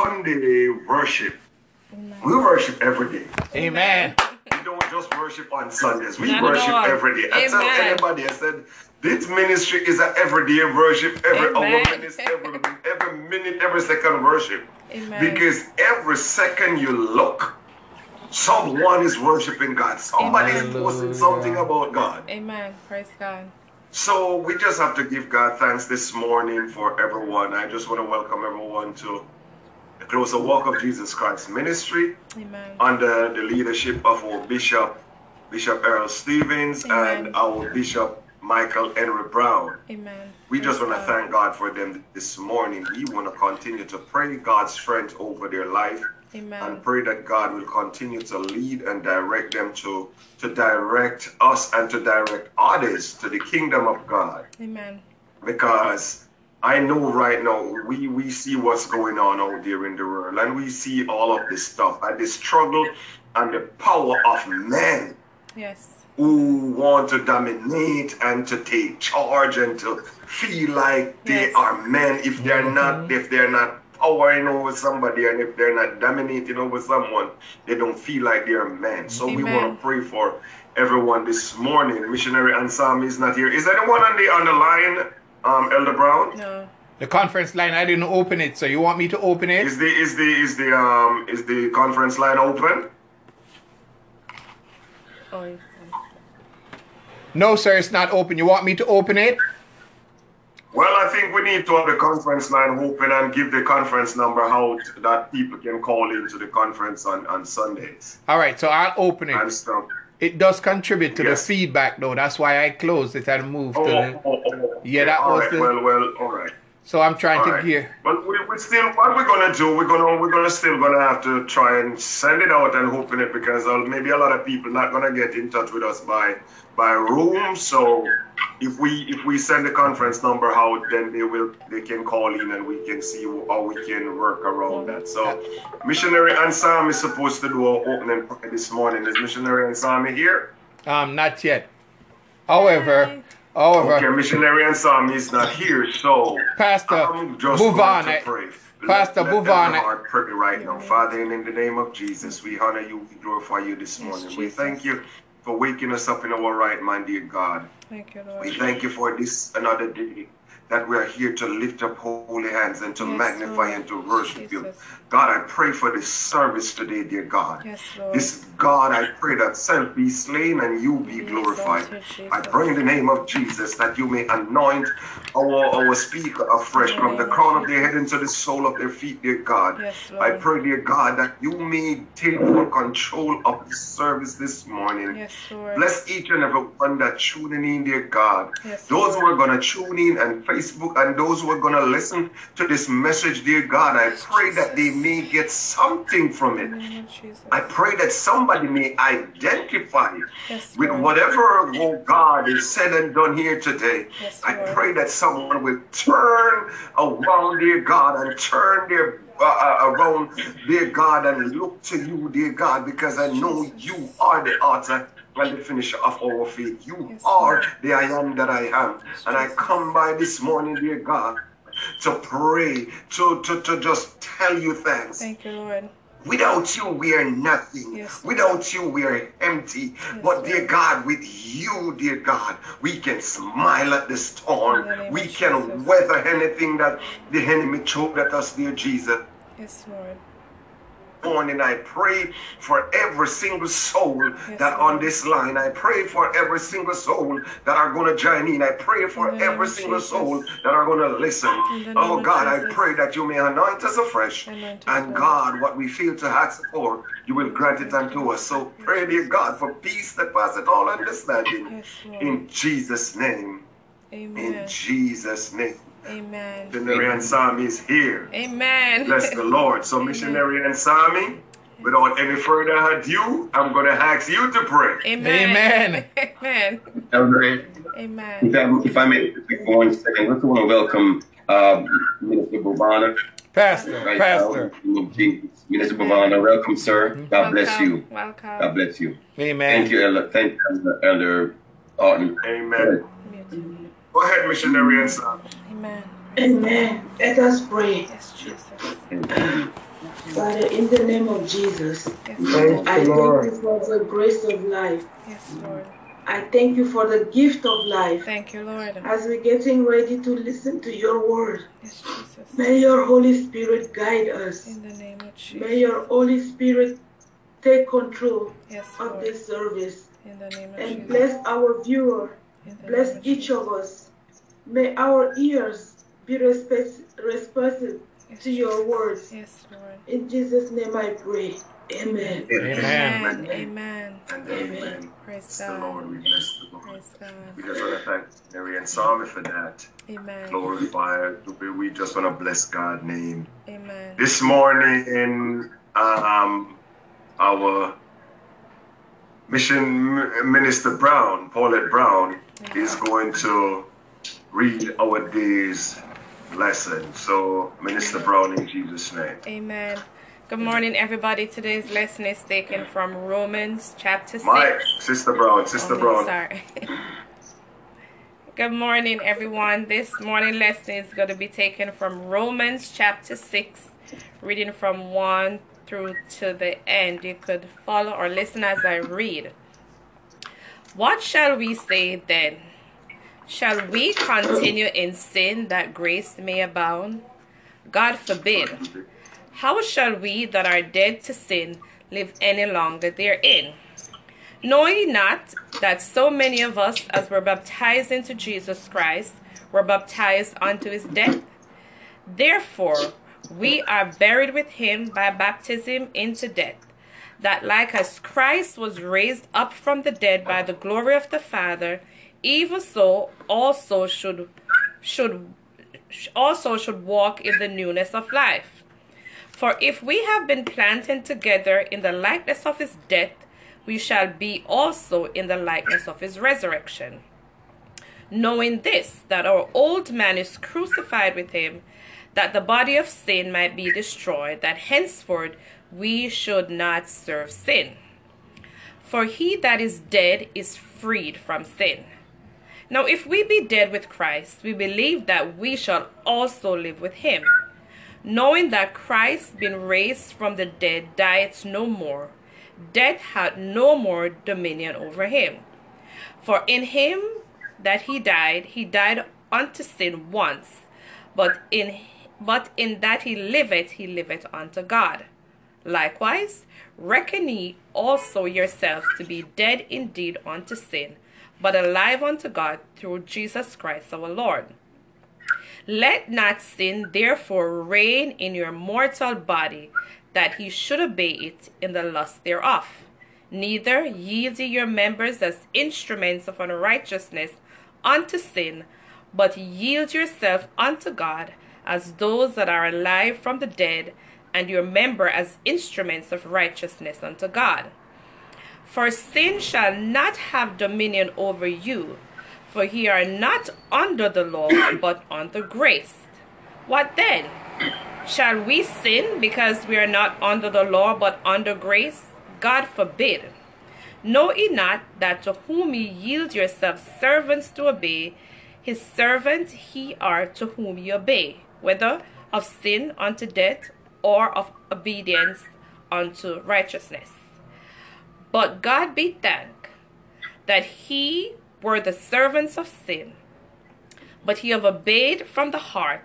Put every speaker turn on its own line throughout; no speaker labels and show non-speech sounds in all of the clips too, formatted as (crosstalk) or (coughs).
Sunday worship. We worship every day.
Amen.
We don't just worship on Sundays. We
Not at
worship
all.
every day. I tell
Amen.
anybody, I said, this ministry is an everyday worship, every
Amen.
hour, minutes, every, every minute, every second worship.
Amen.
Because every second you look, someone is worshiping God. Somebody is posting
Hallelujah.
something about God.
Amen. Praise God.
So we just have to give God thanks this morning for everyone. I just want to welcome everyone to the closer walk of Jesus Christ ministry
Amen.
under the leadership of our Bishop, Bishop Errol Stevens,
Amen.
and our Bishop Michael Henry Brown.
Amen.
We just
Praise
want to
God.
thank God for them this morning. We want to continue to pray God's strength over their life
Amen.
and pray that God will continue to lead and direct them to, to direct us and to direct others to the kingdom of God
Amen.
because I know right now we we see what's going on out there in the world, and we see all of this stuff and the struggle and the power of men
Yes.
who want to dominate and to take charge and to feel like they
Yes. Mm-hmm.
are men if they're not if they're not powering over somebody and if they're not dominating over someone they don't feel like they're men so we want
Amen.
to pray for everyone this morning missionary ansam is not here is anyone on the on the line um elder brown
No.
The conference line, I didn't open it, so you want me to open it?
is the is the is the um is the conference line open
Oh, it's-
No, sir, it's not open. You want me to open it?
Well, I think we need to have the conference line open and give the conference number out that people can call into the conference on, on Sundays
All right, so I'll open
and
it.
stuff.
It does contribute to the
Yes.
feedback, though. That's why I closed it and moved
Oh,
to
oh,
the.
oh, oh.
Yeah, that
all
was
right.
the-
Well, well, all right.
So I'm trying
All
to
right.
gear.
But we, we still, what we're gonna do? We're gonna, we're gonna still gonna have to try and send it out and open it because uh, maybe a lot of people not gonna get in touch with us by by room. So if we if we send the conference number out, then they will they can call in and we can see how we can work around that. So missionary Ansami is supposed to do our opening prayer this morning. Is missionary Ansami here?
Um, not yet. However, however,
Okay, missionary Ansami is not here, so.
Pastor,
I'm just
move
going
on.
to
I-
pray.
Pastor,
let,
move
let
on.
Every heart pray right now. Father, in the name of Jesus, we honor you, we glorify you this
Yes,
morning. We
Jesus.
thank you for waking us up in our right mind, dear God.
Thank you,
We
Lord.
thank you for this another day that we are here to lift up holy hands and to
Yes,
magnify
Lord.
and to worship you.
Jesus.
God, I pray for this service today, dear God.
Yes, Lord.
This God, I pray that self be slain and you be
Be
glorified.
exalted,
I pray in the
Jesus.
name of Jesus that you may anoint our, our speaker afresh
In the
from the
name of
crown of their
Jesus.
head into the sole of their feet, dear God.
Yes,
I
Lord.
pray, dear God, that you may take full control of the service this morning.
Yes, Lord.
Bless each and every one that tuning in, dear God.
Yes,
Those who
Lord.
are gonna tune in and Facebook and those who are gonna listen to this message, dear God, I pray that they
Jesus.
may get something from
In
it.
the name of Jesus.
I pray that somebody may identify
Yes,
with
Lord.
whatever, oh God, is said and done here today.
Yes,
I
Lord.
pray that someone will turn around, dear God, and turn their uh, uh, around, dear God, and look to you, dear God, because I know
Jesus.
you are the author and the finisher of our faith. You
Yes,
are
Lord.
the I am that I am. And I
Jesus.
come by this morning, dear God, to pray, to, to, to just tell you thanks.
Thank you, Lord.
Without you, we are nothing.
Yes, Lord.
Without you, we are empty. but, dear
Lord.
God, with you, dear God, we can smile at the
In the name
storm.
of
We can
Jesus.
weather anything that the enemy choked at us, dear Jesus.
Yes, Lord.
Morning, I pray for every single soul that
Lord.
on this line. I pray for every single soul that are going to join in. I pray for
In the name
every
of
single
Jesus.
soul that are going to listen.
In the name
Oh
of
God, I
Jesus.
pray that you may anoint us afresh.
Anoint us,
And
Lord.
God, what we feel to ask for, you will grant it unto us. So pray, dear God, for peace that passeth all understanding.
Yes, Lord.
In Jesus' name. In
Amen.
Jesus' name.
Amen.
Missionary Ansami is here.
Amen.
Bless
(laughs)
the Lord. So, missionary Ansami, without any further ado, I'm going to ask you to pray.
Amen.
Amen.
(laughs) Amen.
Elder, if
Amen.
I, if I may, take one second, I just want to welcome uh, Minister Bobana.
Pastor,
Right
Pastor.
now, in the name of Jesus. Minister Bobana, welcome, sir. God bless
Welcome.
you.
Welcome.
God bless you.
Amen.
Mm-hmm. Thank you, Elder. Thank you, Elder- Elder Orton.
Amen. Go ahead, missionary Ansami.
Amen.
Amen. Let us pray.
Yes, Jesus.
Father, in the name of Jesus,
Yes, Lord.
Thank
I
you,
thank
Lord.
you for the grace of life.
Yes, Lord.
I thank you for the gift of life.
Thank you, Lord.
As we're getting ready to listen to your word,
Yes, Jesus.
may your Holy Spirit guide us.
In the name of
May your
Jesus.
Holy Spirit take control
Yes,
of
Lord.
this service
In the name of
and
Jesus.
bless our viewer.
In the
Bless
name of
each of
Jesus.
us. May our ears be respect- responsive
Yes,
to your
Jesus.
words.
Yes, Lord.
In Jesus' name I pray. Amen.
Amen.
Amen. Amen.
And amen.
Praise
It's the Lord. We
God.
bless the Lord.
Praise God.
We just want to thank Mary and Salvi for that.
Amen.
Glorify. her. We just want to bless God's name.
Amen.
This morning, um, our mission minister Brown, Paulette Brown, is going to read our day's lesson. So, Minister Brown, in Jesus' name.
Amen. Good morning, everybody. Today's lesson is taken from Romans chapter 6.
My sister Brown, sister
Oh, no,
Brown.
Sorry. (laughs) Good morning, everyone. This morning lesson is going to be taken from Romans chapter 6, reading from 1 through to the end. You could follow or listen as I read. What shall we say then? Shall we continue in sin that grace may abound? God forbid. How shall we that are dead to sin live any longer therein? Know ye not that so many of us as were baptized into Jesus Christ were baptized unto his death? Therefore, we are buried with him by baptism into death, that like as Christ was raised up from the dead by the glory of the Father, even so also should should also should walk in the newness of life. For if we have been planted together in the likeness of his death, we shall be also in the likeness of his resurrection. Knowing this, that our old man is crucified with him, that the body of sin might be destroyed, that henceforth we should not serve sin. For he that is dead is freed from sin. Now, if we be dead with Christ, we believe that we shall also live with him knowing that Christ, being raised from the dead, dieth no more. Death had no more dominion over him. For in him that he died, he died unto sin once, but in but in that he liveth, he liveth unto God. Likewise, reckon ye also yourselves to be dead indeed unto sin, but alive unto God through Jesus Christ our Lord. Let not sin therefore reign in your mortal body, that he should obey it in the lust thereof. Neither yield ye your members as instruments of unrighteousness unto sin, but yield yourself unto God as those that are alive from the dead, and your member as instruments of righteousness unto God. For sin shall not have dominion over you, for ye are not under the law, (coughs) but under grace. What then? Shall we sin because we are not under the law, but under grace? God forbid. Know ye not that to whom ye yield yourselves servants to obey, his servants he are to whom ye obey, whether of sin unto death or of obedience unto righteousness? But God be thanked that he were the servants of sin, but he have obeyed from the heart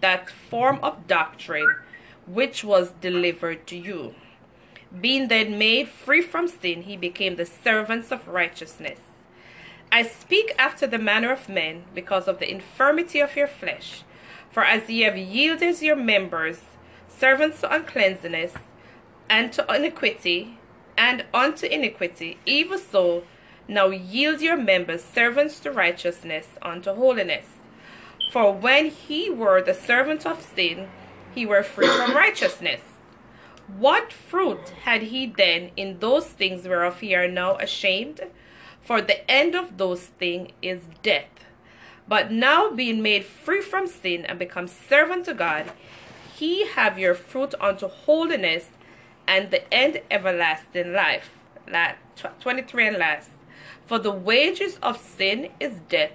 that form of doctrine which was delivered to you. Being then made free from sin, he became the servants of righteousness. I speak after the manner of men because of the infirmity of your flesh. For as ye have yielded your members servants to uncleanness and to iniquity, and unto iniquity, even so now yield your members servants to righteousness unto holiness. For when he were the servant of sin, he were free from righteousness. What fruit had he then in those things whereof ye are now ashamed? For the end of those things is death. But now being made free from sin and become servant to God, he have your fruit unto holiness and the end everlasting life. La- tw- 23 and last. For the wages of sin is death,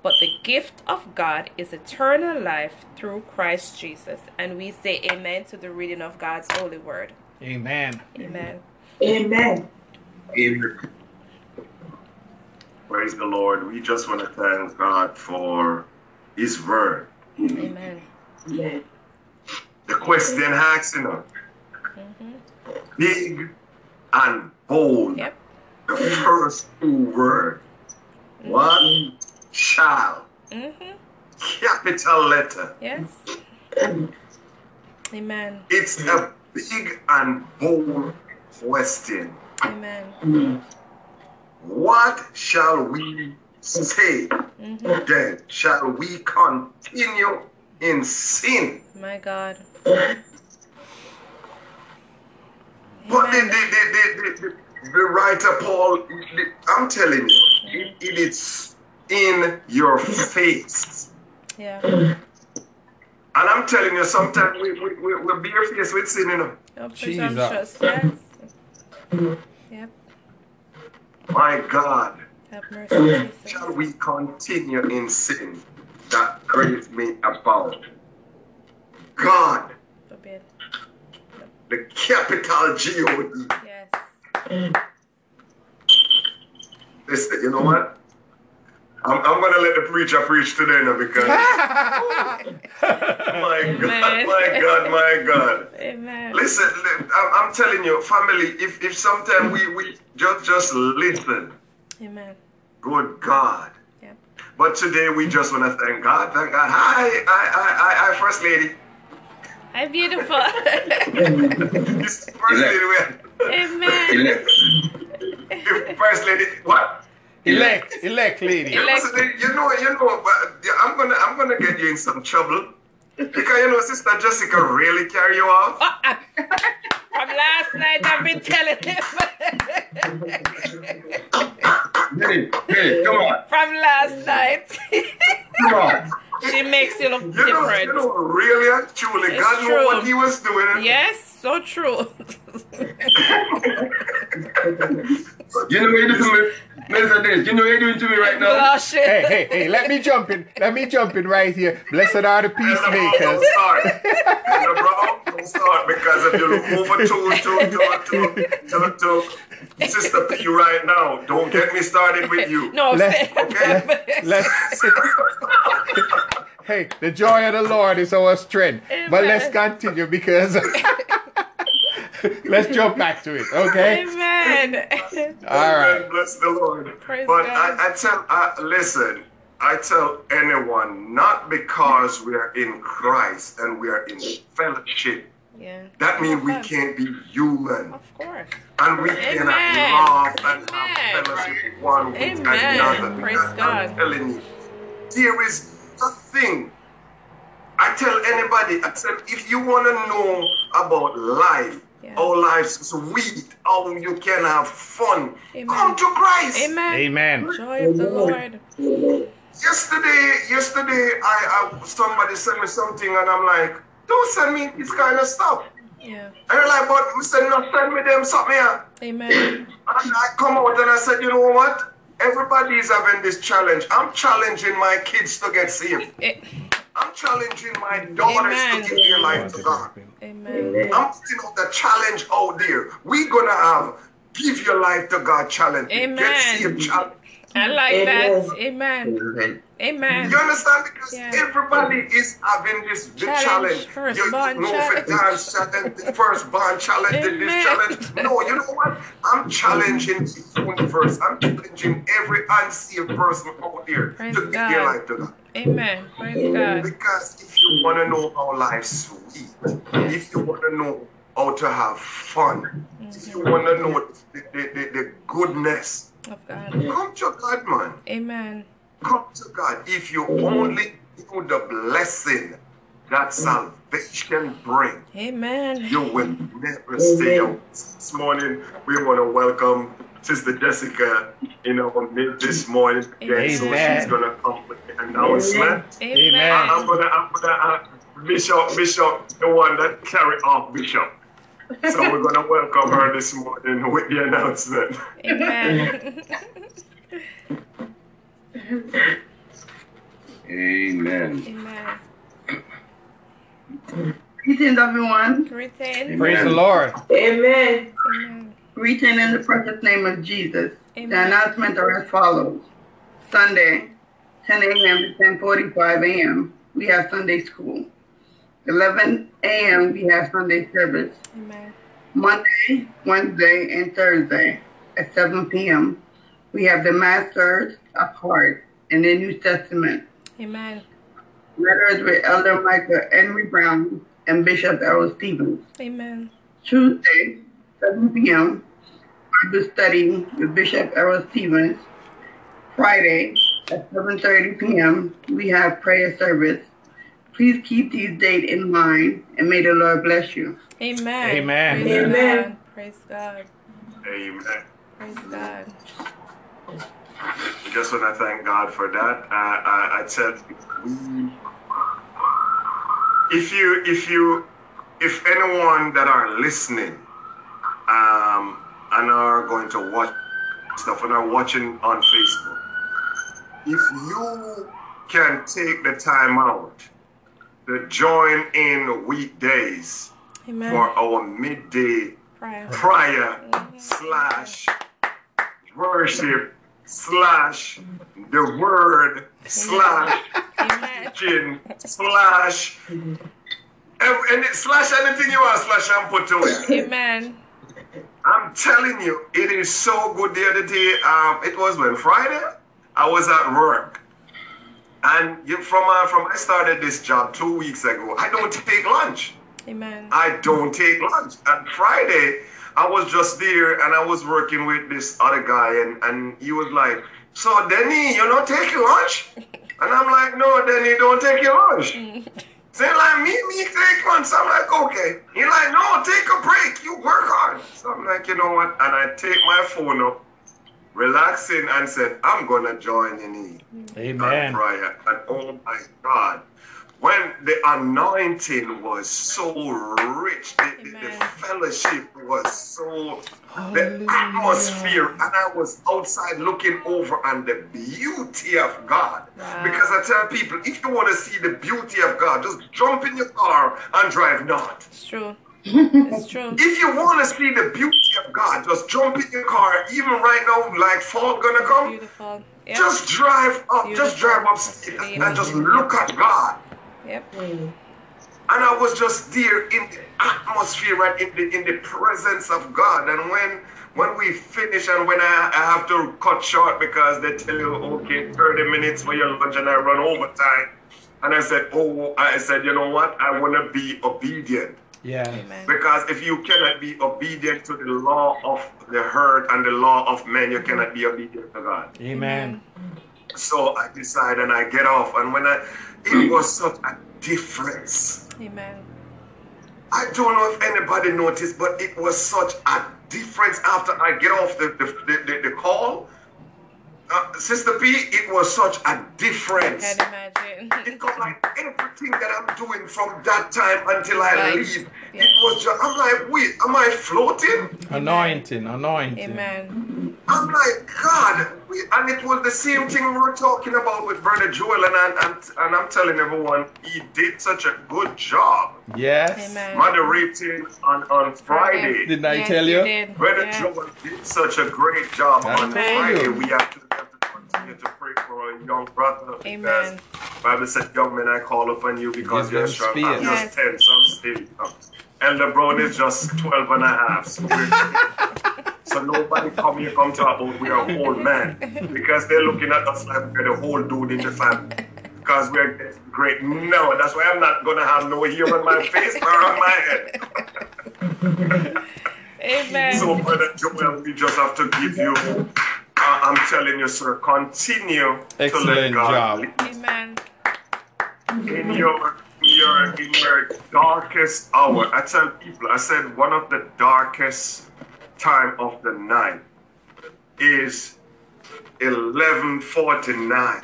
But the gift of God is eternal life through Christ Jesus. And we say amen to the reading of God's holy word.
Amen.
Amen.
Amen.
Amen.
Praise the Lord. We just want to thank God for His word.
Amen.
Amen.
The question asking us
Mm-hmm.
big and bold.
Yep.
The first two word. One child.
Mm-hmm.
Capital letter.
Yes. Amen.
It's a big and bold question.
Amen.
What shall we say
Mm-hmm.
then? Shall we continue in sin?
My God.
But the, the,
Amen.
the, the, the, the writer Paul, the- I'm telling you, it, it is in your face.
Yeah.
And I'm telling you, sometimes we, we, we, we're barefaced with sin, you know.
Oh,
Jesus.
presumptuous. Yes. Yep.
My God,
Have mercy, Jesus.
shall we continue in sin that grace me about? God,
Forbid.
the capital G-O-D.
Yes.
Listen, you know what? I'm, I'm going to let the preacher preach today now
(laughs)
because, my God,
Man.
my God, my God.
Amen.
Listen, li- I'm I'm telling you, family, if, if sometimes we, we just, just listen,
Amen.
good God.
Yep.
But today we just want to thank God, thank God. Hi, I, I, I, I First Lady. (laughs)
Hi, beautiful.
This First Lady, we-
Amen.
Elect.
if First Lady, what?
(laughs) elect, elect lady.
You know,
Elect.
so you know, you know, but yeah, I'm gonna, I'm gonna get you in some trouble because you know, Sister Jessica really carry you off.
Oh, ah. From last night, I've been telling him. (laughs)
Hey, hey, come on,
From last night, (laughs)
come on.
she makes you look
You know, you
different.
know, really and truly,
It's
God knew what
true.
He was doing.
Yes, so true.
You know what you're doing to me? Listen to this. You know what you're doing to me right now?
Blush.
Hey, hey, hey, let me jump in. Let me jump in right here. Blessed are
And
the
the bro
peacemakers.
don't start. And the bro don't start because if you look over to to to to to Sister P right now, don't get me started with you.
No, I'm
Let's-
saying-
(laughs)
okay.
Let's Hey, the joy of the Lord is our strength. But let's continue because (laughs) let's jump back to it,
(laughs)
okay?
Amen.
All right.
Amen. Bless the Lord.
Praise
but
God.
I, I tell, I, listen, I tell anyone, not because we are in Christ and we are in fellowship.
Yeah.
That means we
Of course.
can't be human.
Of course.
And we
Amen.
cannot laugh and
Amen.
have fellowship one with
Amen.
another.
Praise
I'm
God.
telling you, there is nothing. I tell anybody, I said, if you want to know about life,
Yeah.
our lives is sweet, how you can have fun,
Amen.
come to Christ.
Amen.
Amen.
Joy of the Lord.
Yesterday, yesterday, I, I somebody sent me something, and I'm like, don't send me this kind of stuff.
Yeah.
And they're like, but Mr. No, send me them something here.
Amen.
And I come out and I said, you know what? Everybody is having this challenge. I'm challenging my kids to get saved.
A-
I'm challenging my daughters
Amen.
to give their life to God.
Amen.
I'm putting out the challenge out there. We're gonna have give your life to God challenge. Get
Amen.
saved challenge.
I like that.
Amen.
Amen. Amen.
You understand? Because
Yeah.
everybody is having this big
Challenge,
challenge.
first
you
born
know,
challenge.
for dance challenge, the first born challenge, then this
Amen.
challenge. No, you know what? I'm challenging the universe. I'm challenging every unsaved person out there
Praise
to give their
God.
life to God.
Amen. Praise God.
Because if you want to know how life's sweet, if you want to know how to have fun,
Mm-hmm.
if you want to know the, the, the, the goodness,
Of God.
come to God, man
Amen.
come to God if you only knew the blessing that salvation brings.
Amen.
You will never stay out. This morning, we want to welcome Sister Jessica in our midst this morning. Again, so
Amen.
she's going to come with the announcement. I'm
Amen.
going to, I'm going to, uh, Bishop, Bishop, the one that carried off Bishop. So we're going to welcome her this morning with the (laughs) announcement.
Amen.
Amen.
Amen.
Greetings, everyone.
Greetings.
Praise the
Amen.
Lord.
Amen.
Amen.
Greeting in the precious name of Jesus. The
Amen.
announcement are as follows. Sunday, 10 a.m. to 10.45 a.m., we have Sunday school. 11 a.m., we have Sunday service.
Amen.
Monday, Wednesday, and Thursday at 7 p.m., we have the Masters of Heart in the New Testament.
Amen.
Letters with Elder Michael Henry Brown and Bishop Errol Stevens.
Amen.
Tuesday, 7 p.m., Bible study with Bishop Errol Stevens. Friday, at 7.30 p.m., we have prayer service. Please keep these dates in mind, and may the Lord bless you.
Amen.
Amen.
Praise
Amen.
God. Praise God.
Amen.
Praise God.
I just want to thank God for that. I, I, I said, we- if you, if you, if anyone that are listening, um, and are going to watch stuff and are watching on Facebook, if you can take the time out to join in weekdays for
Amen.
our midday
Prayer.
prayer slash worship slash the word slash
Amen.
chin slash ev- and it- slash anything you want slash and put to it.
Amen.
I'm telling you, it is so good. The other day, um, it was when Friday, I was at work. And you- from uh, from I started this job two weeks ago. I don't take lunch.
Amen.
I don't take lunch. And Friday, I was just there and I was working with this other guy, and, and he was like, So, Denny, you're not taking lunch? And I'm like, No, Denny, don't take your lunch. So he like, Me, me, take lunch. So I'm like, Okay. He like, No, take a break. You work hard. So I'm like, You know what? And I take my phone up, relaxing, and said, I'm going to join in here and
Amen.
prayer. And oh my God, when the anointing was so rich, the, the- the
Amen.
fellowship was so, the atmosphere, and I was outside looking over and the beauty of God.
Wow.
Because I tell people, if you want to see the beauty of God, just jump in your car and drive north. (laughs)
It's true. It's true.
If you want to see the beauty of God, just jump in your car, even right now, like fall gonna come,
Beautiful. Yep.
just drive up, just
Beautiful.
drive upstate and, and just look at God.
Yep.
And I was just there in the atmosphere and in the in the presence of God. And when when we finish and when I, I have to cut short because they tell you, okay, 30 minutes for your lunch, and I run overtime. And I said, oh, I said, you know what? I want to be obedient.
Yeah.
Amen.
Because if you cannot be obedient to the law of the herd and the law of men, you cannot be obedient to God.
Amen.
So I decide and I get off. And when I, it was such a difference.
Amen.
I don't know if anybody noticed, but it was such a difference after I get off the, the, the, the, the call. Uh, Sister P, it was such a difference.
Can't imagine.
It's come like everything that I'm doing from that time until I
Right.
leave.
Yeah.
It was just, I'm like, wait, am I floating?
Anointing. Anointing.
Amen.
I'm like, Oh God, we, and it was the same thing we were talking about with Brother Joel, and, and, and, and I'm telling everyone, he did such a good job
Yes.
Amen.
moderating on, on Friday.
Didn't I
Yes,
tell you?
did.
Brother
Yes.
Joel did such a great job
I
on
told
Friday.
you.
We have to, we have to continue to pray for our young brother. because
Amen.
Bible said, young men, I call upon you because
Give
you're
them
strong.
spears.
I'm
Yes.
just 10, so I'm still young. Elder Brown is just 12 and a half. So, we're- (laughs) so nobody come here come talk about we are old men because they're looking at us like we're the whole dude in the family. Because we're getting great. No, that's why I'm not going to have no hair on my face or on my head.
Amen.
So, Brother Joel, we just have to give you, uh, I'm telling you, sir, continue to let
Excellent
God
job.
lead
Amen.
in your in your in your darkest hour. I tell people, I said one of the darkest time of the night is eleven forty nine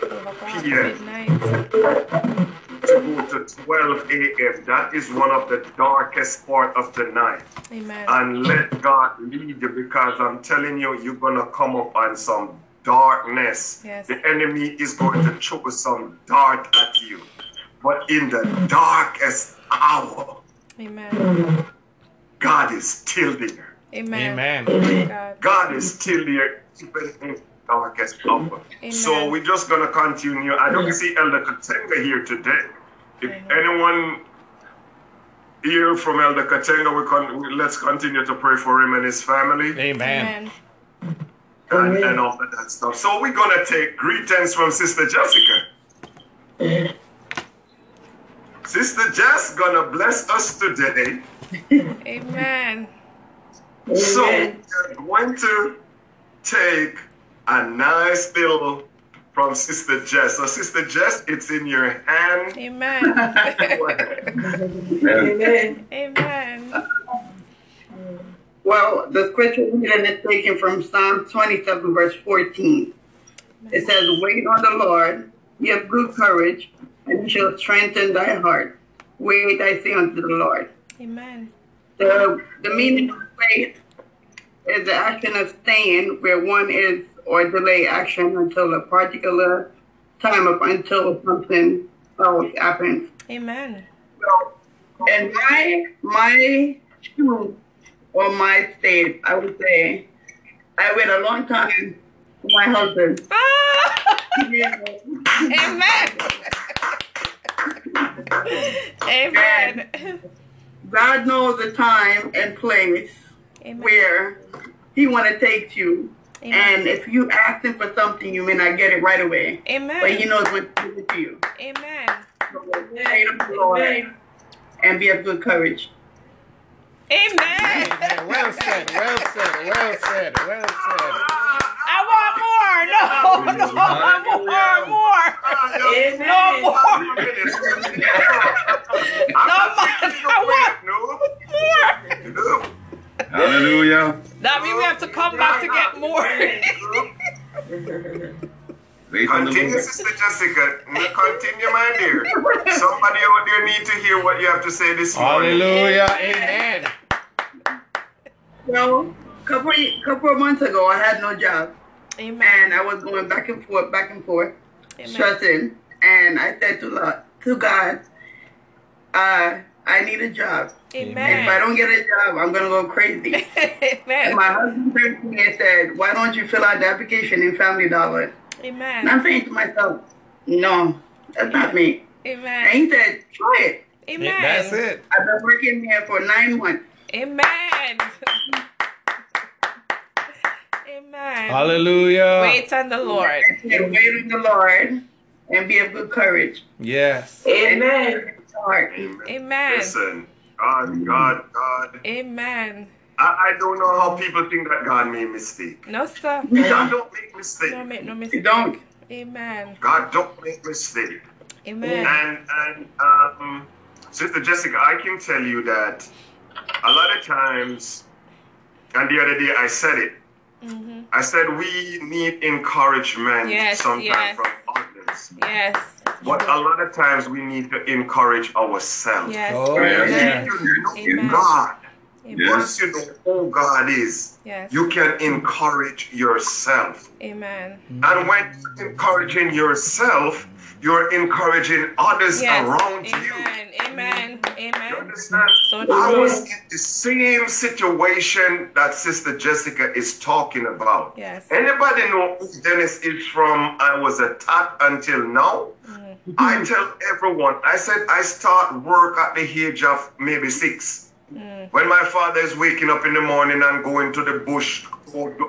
Good night.
to go to twelve a.m. That is one of the darkest part of the night.
Amen.
And let God lead you because I'm telling you, you're gonna come up on some darkness,
Yes.
the enemy is going to throw some dart at you. But in the darkest hour,
Amen.
God is still there.
Amen.
Amen.
God.
God is still there, even in the darkest hour.
Amen.
So we're just going to continue. I don't see Elder Katenga here today. If
Amen.
anyone hear from Elder Katenga, we con- let's continue to pray for him and his family.
Amen.
Amen.
and, and all of that stuff. So we're gonna take greetings from Sister Jessica. Sister Jess gonna bless us today.
Amen.
So we're going to take a nice little from Sister Jess. So Sister Jess, it's in your hand.
(laughs)
Ah,
Amen. (laughs)
Amen.
Amen.
Amen.
Well, the scripture reading is taken from Psalm 27, verse 14. It says, Wait on the Lord, be of good courage, and he shall strengthen thy heart. Wait, I say unto the Lord.
Amen.
The, the meaning of wait is the action of staying where one is or delay action until a particular time of until something else happens.
Amen.
And my my shoe or my state, I would say, I wait a long time for my husband.
Ah!
Yeah.
Amen. Amen.
God knows the time and place
Amen.
where He want to take you, and
Amen.
if you ask Him for something, you may not get it right away, but He
Amen.
knows what to do to you.
Amen.
So, wait on the Lord and be of good courage.
Amen.
Amen. Well said. Well said. Well said. Well said.
I want more. No, no, I want more.
ah,
No
Amen.
more. (laughs) More.
Hallelujah.
That means we have to come back to get more.
Wait on the
Continue,
Lord.
Sister Jessica. Continue, my dear. Somebody out there need to hear what you have to say this morning.
Hallelujah. Amen.
Well, couple couple of months ago, I had no job, and
Amen.
I was going back and forth, back and forth.
Amen.
stressing, and I said to God, to God, uh, I need a job. If I
Amen.
don't get a job, I'm gonna go crazy. And
Amen.
my husband turned to me and said, "Why don't you fill out the application in Family Dollar?" And
Amen.
I'm saying to myself, "No, that's not me." And
Amen.
he said, "Try it."
Amen.
That's it.
I've been working here for nine months.
Amen. Amen.
Hallelujah.
Wait on the Lord.
I said, "Wait on the Lord and be of good courage."
Yes.
Amen.
It's hard.
Amen.
Listen, God, God, God.
Amen.
I, I don't know how people think that God made mistake.
No, sir.
God don't make mistake.
Don't make no
You
mistake.
don't.
Amen.
God don't make mistake.
Amen.
And and um, Sister Jessica, I can tell you that a lot of times, and the other day I said it.
hmm
I said we need encouragement
Yes,
sometimes
yes.
from others,
Yes.
but a lot of times we need to encourage ourselves.
Yes.
Oh,
Once
yes.
You know
Amen.
God.
Amen.
Once you know who God is,
Yes.
you can encourage yourself.
Amen.
And when you're encouraging yourself, you're encouraging others
Yes.
around you.
Amen. Amen.
You
Amen.
understand?
So
I was
true.
in the same situation that Sister Jessica is talking about.
Yes.
Anybody know who Dennis is from I was a tot until now?
Mm.
I tell everyone, I said I start work at the age of maybe six.
Mm.
When my father is waking up in the morning and going to the bush,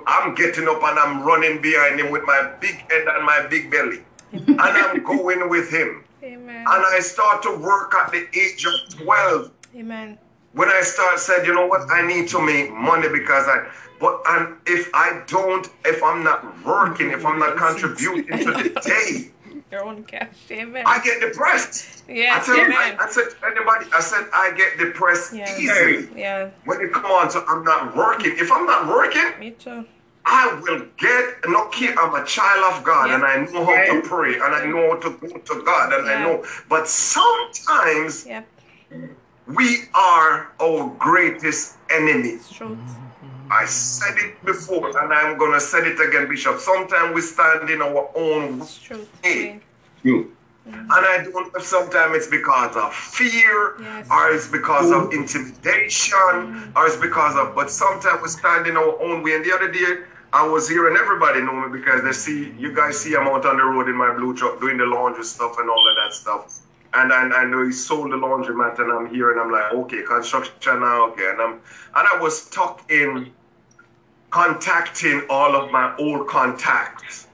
I'm getting up and I'm running behind him with my big head and my big
(laughs)
belly. And I'm going with him.
Amen.
And I start to work at the age of 12
Amen.
when I start said, you know what, I need to make money because I but and if I don't, if I'm not working, if I'm not contributing to
(laughs)
the day,
Your own cash. Amen.
I get depressed.
Yes.
I tell
Amen.
I, I said to anybody, I said I get depressed
Yeah.
easily
Yeah.
when it comes on to I'm not working. If I'm not working,
Me too.
I will get no kid. I'm a child of God
Yeah.
and I know how to
Right.
pray and I know how to go to God and I
Yeah.
know but sometimes
Yep.
We are our greatest enemy.
It's truth.
I said it before and I'm going to say it again, Bishop. Sometimes we stand in our own way.
It's truth.
Hey.
You.
And I don't know if sometimes it's because of fear,
Yes.
or it's because of intimidation, or it's because of, but sometimes we stand in our own way. And the other day, I was here and everybody knew me because they see, you guys see I'm out on the road in my blue truck doing the laundry stuff and all of that stuff. And I, I know he sold the laundromat and I'm here and I'm like, okay, construction now, okay. And, I'm, and I was stuck in contacting all of my old contacts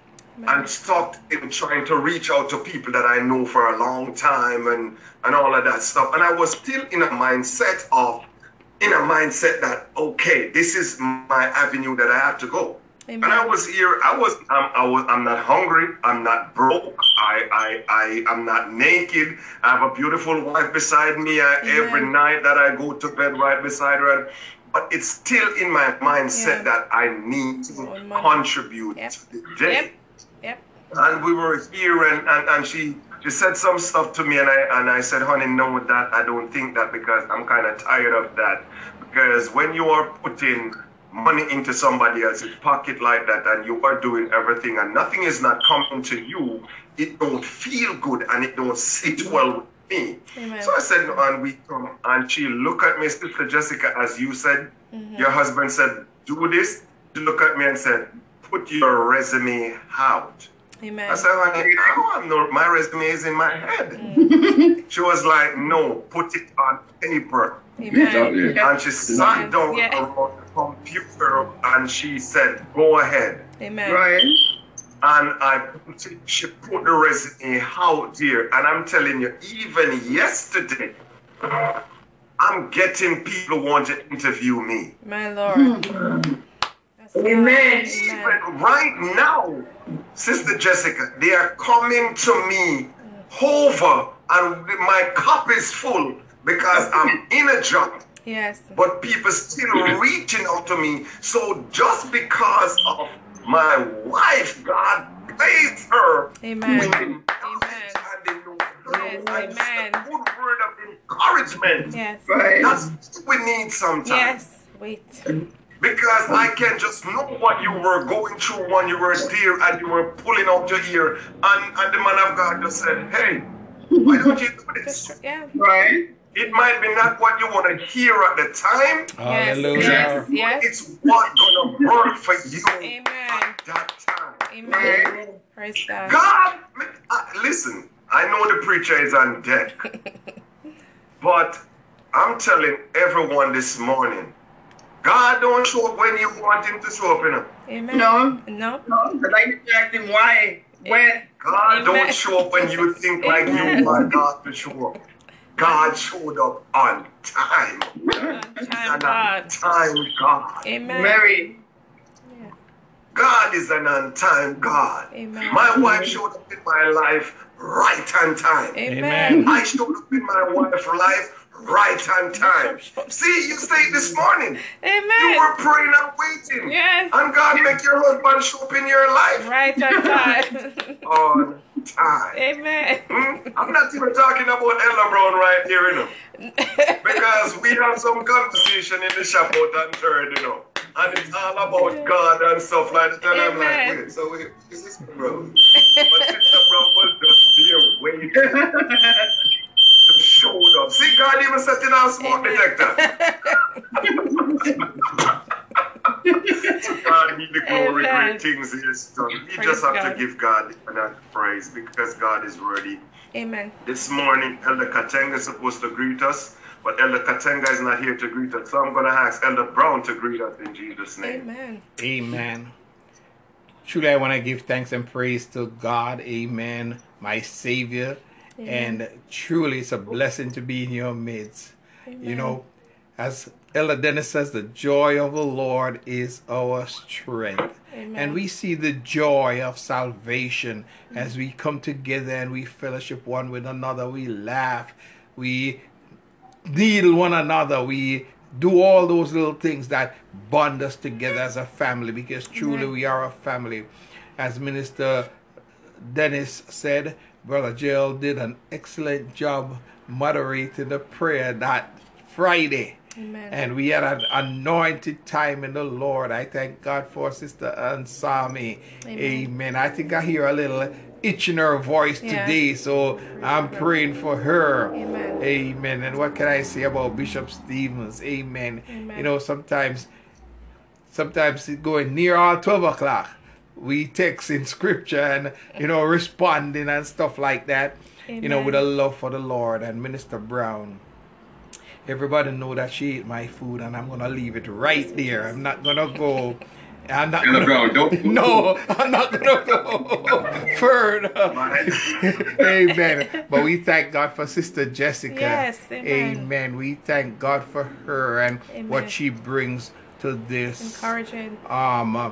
and stopped in trying to reach out to people that I know for a long time and and all of that stuff. And I was still in a mindset of in a mindset that okay, this is my avenue that I have to go.
Amen.
And I was here. I was. I'm. I was. I'm not hungry. I'm not broke. I. I. I. I'm not naked. I have a beautiful wife beside me. I, every
Amen.
night that I go to bed, right beside her. But it's still in my mindset
Yeah.
that I need to
Own money.
contribute
Yep.
to the day
Yep. Yep.
and we were here and, and, and she she said some stuff to me and I and I said, honey, no that I don't think that because I'm kinda tired of that. Because when you are putting money into somebody else's pocket like that and you are doing everything and nothing is not coming to you, it don't feel good and it don't sit well with me.
Amen.
So I said, no, and we come and she looked at me, Sister Jessica, as you said,
Mm-hmm.
your husband said, do this. She looked at me and said, put your resume out.
Amen.
I said, honey, I don't have no, my resume is in my head.
Mm.
she was like, no, put it on paper.
Amen.
And she sat down
Yeah.
around the computer and she said, go ahead.
Amen.
Right.
And I put it, she put the resume out there. And I'm telling you, even yesterday, I'm getting people want to interview me.
My Lord. That's God.
Amen.
Amen.
But right now, Sister Jessica, they are coming to me over and my cup is full because
(laughs)
I'm in a job,
Yes.
but people still reaching out to me. So just because of my wife, God placed her
Amen.
in
Amen.
and they know her
Yes,
and just
amen.
a good word of encouragement.
Yes.
Right.
That's what we need sometimes.
Yes. Wait.
Because I can just know what you were going through when you were there and you were pulling out your ear. And, and the man of God just said, Hey, why don't you do this?
Yeah.
Right.
It might be not what you want to hear at the time,
Yes.
Hallelujah.
Yes. Yes.
it's what gonna work for you
Amen.
at that time.
Amen. Praise God.
God, I- listen, I know the preacher is on
(laughs)
deck, but I'm telling everyone this morning, God don't show up when you want him to show up, you know.
Amen.
No.
No.
No. But like you asked him why, when.
God
Amen.
don't show up when you think like you
Amen.
want God to show up. God showed up on time.
Time
And on
God.
time God.
Amen.
Mary.
God is an on time God.
Amen.
My wife showed up in my life right on time.
Amen.
I showed up in my wife's life right on time. See, you stayed this morning. You
Amen.
were praying and waiting.
Yes.
And God make your husband show up in your life
Right
(laughs)
on time.
on time.
Amen.
Hmm? I'm not even talking about Ella Brown right here, you know.
(laughs)
Because we have some conversation in the shop out on third, you know. And it's all about God and stuff like that. And I'm
Amen.
like, wait, so wait, is this bro? But Sister Brown was just there waiting to
(laughs)
show up. See, God even setting our smoke detector. God be the glory,
Amen.
great things he has done. We
Praise
just have to
God.
give God that praise because God is worthy.
Amen.
This morning, Elder Katenga is supposed to greet us, but Elder Katenga is not here to greet us. So I'm going to ask Elder Brown to greet us in Jesus' name.
Amen.
Amen. Truly, I want to give thanks and praise to God. Amen. My Savior. And truly, it's a blessing to be in your midst. You know, as Ella Dennis says, the joy of the Lord is our strength. And we see the joy of salvation as we come together and we fellowship one with another. We laugh. We deal one another. We do all those little things that bond us together as a family because truly we are a family. As Minister Dennis said, Brother Jill did an excellent job moderating the prayer that Friday.
Amen.
And we had an anointed time in the Lord. I thank God for Sister Ansami. Amen.
Amen.
I think I hear a little itch in her voice
Yeah.
today, so I'm praying for her.
Amen.
Amen. And what can I say about Bishop Stevens? Amen.
Amen.
You know, sometimes, sometimes it going near all 12 o'clock, we text in scripture and, you know, responding and stuff like that, you know,
Amen.
with a love for the Lord and Minister Brown. Everybody know that she ate my food, and I'm gonna leave it right there. I'm not gonna go. I'm not
Brother
gonna
Brown,
(laughs)
don't-
No, I'm not gonna go (laughs) uh, further. amen. But we thank God for Sister Jessica.
Yes, amen.
Amen. We thank God for her and
Amen.
what she brings to this
Encouraging.
um uh,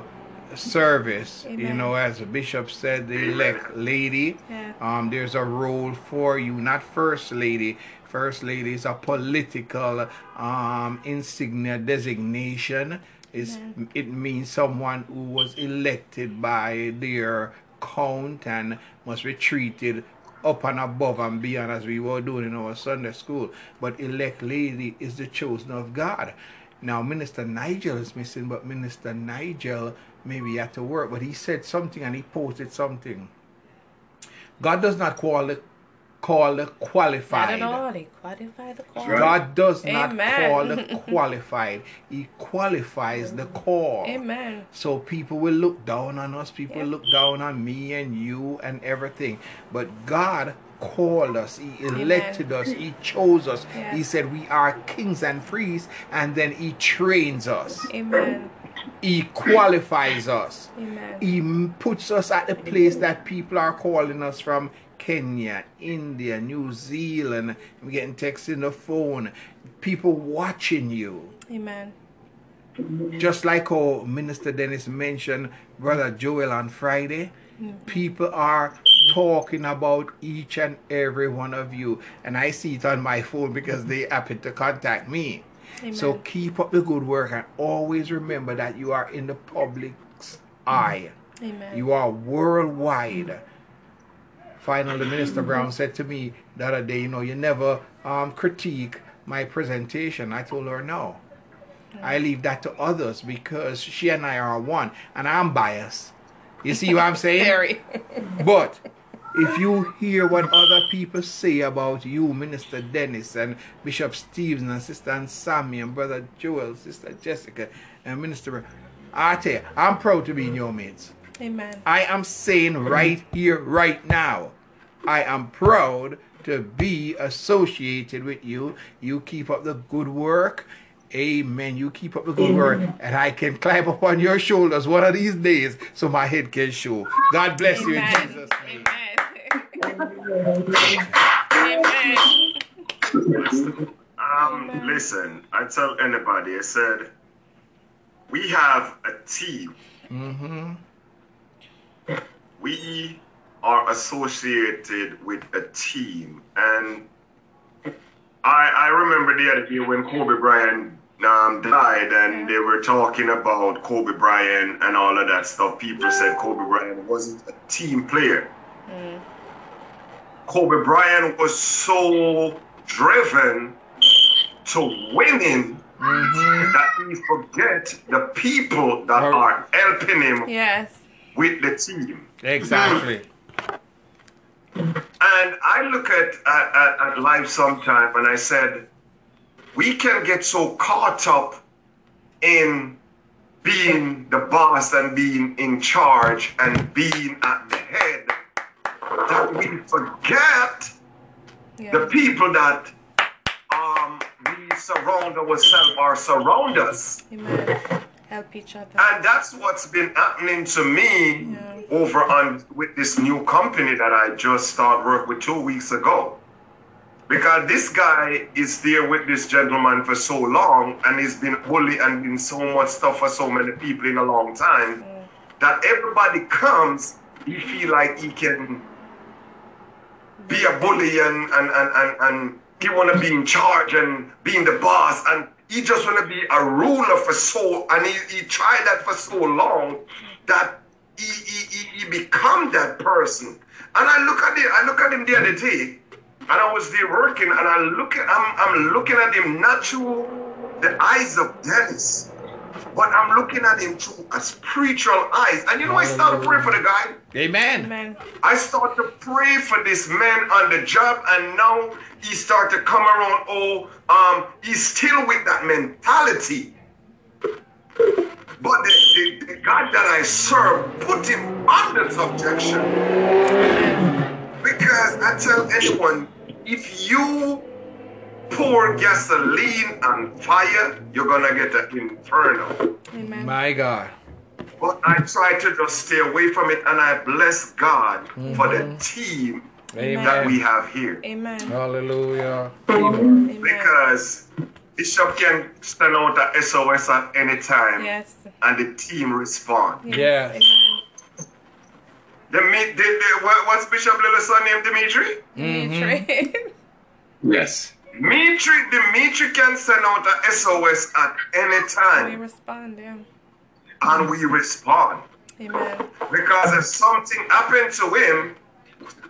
service. You
Amen.
know, as the bishop said, the elect lady.
Yeah.
Um, there's a role for you, not first lady. First lady is a political um, insignia designation. It's, it means someone who was elected by their count and must be treated up and above and beyond as we were doing in our Sunday school. But elect lady is the chosen of God. Now, Minister Nigel is missing, but Minister Nigel maybe had to work. But he said something and he posted something. God does not call the call the
Not at
qualified.
all. They qualify the call.
right.
God does not
Amen.
call
(laughs)
the qualified. He qualifies the call.
Amen.
So people will look down on us, people
Yep.
look down on me and you and everything. But God called us, He elected us, He chose us.
Yeah.
He said we are kings and priests, and then He trains us,
Amen.
He qualifies us.
Amen.
He m- puts us at the place that people are calling us from Kenya, India, New Zealand. I'm getting texts in the phone. People watching you.
Amen.
Just like how Minister Dennis mentioned, Brother Joel on Friday, people are talking about each and every one of you. And I see it on my phone because they happen to contact me.
Amen.
So keep up the good work and always remember that you are in the public's eye.
Amen.
You are worldwide. Finally, Minister Brown said to me the other day, you know, you never um, critique my presentation. I told her no. I leave that to others because she and I are one, and I'm biased. You see what I'm saying?
Very.
But if you hear what other people say about you, Minister Dennis and Bishop Stevens and Sister and Sammy and Brother Joel, Sister Jessica and Minister, I tell you, I'm proud to be in your midst.
Amen.
I am saying right here, right now, I am proud to be associated with you. You keep up the good work. Amen. You keep up the good work, and I can climb up on your shoulders one of these days so my head can show. God bless you in
Amen.
Jesus' name.
Amen. (laughs) Amen.
Um, listen, I tell anybody, I said, we have a team.
Mm-hmm.
We are associated with a team. And I, I remember the other day when Kobe Bryant um, died and they were talking about Kobe Bryant and all of that stuff. People said Kobe Bryant wasn't a team player.
Mm.
Kobe Bryant was so driven to winning
Mm-hmm.
that we forget the people that
Right.
are helping him
Yes.
with the team.
Exactly.
And I look at, at, at- at life sometime and I said, we can get so caught up in being the boss and being in charge and being at the head that we forget the
Yeah.
people that um, we surround ourselves or surround us.
Amen. Help each other.
And that's what's been happening to me
Yeah.
over on with this new company that I just started work with two weeks ago. Because this guy is there with this gentleman for so long and he's been bullied and been so much stuff for so many people in a long time that everybody comes, he feel like he can be a bully and and and and, and he wanna be in charge and being the boss and he just wanna be a ruler for so and he, he tried that for so long that he, he, he, he become that person. And I look at him, I look at him the other day, and I was there working, and I look at I'm I'm looking at him not through the eyes of Dennis, but I'm looking at him through a spiritual eyes. And you know, I started praying for the guy.
Amen.
Amen.
I start to pray for this man on the job, and now he start to come around. Oh, um, he's still with that mentality. But the, the, the God that I serve put him under subjection. Because I tell anyone, if you pour gasoline on fire, you're gonna get an inferno.
Amen.
My God.
But I try to just stay away from it, and I bless God for the team that we
Amen.
have here.
Amen.
Hallelujah.
Amen.
Because Bishop can send out a SOS at any time,
Yes.
and the team respond.
Yes.
Amen.
The, me- the, the, what- what's Bishop Little's son named Dimitri?
(laughs)
Mm-hmm.
Dimitri.
Yes.
Dimitri, Dimitri can send out a SOS at any
we
time,
respond, yeah.
and we respond.
Amen.
Because if something happened to him,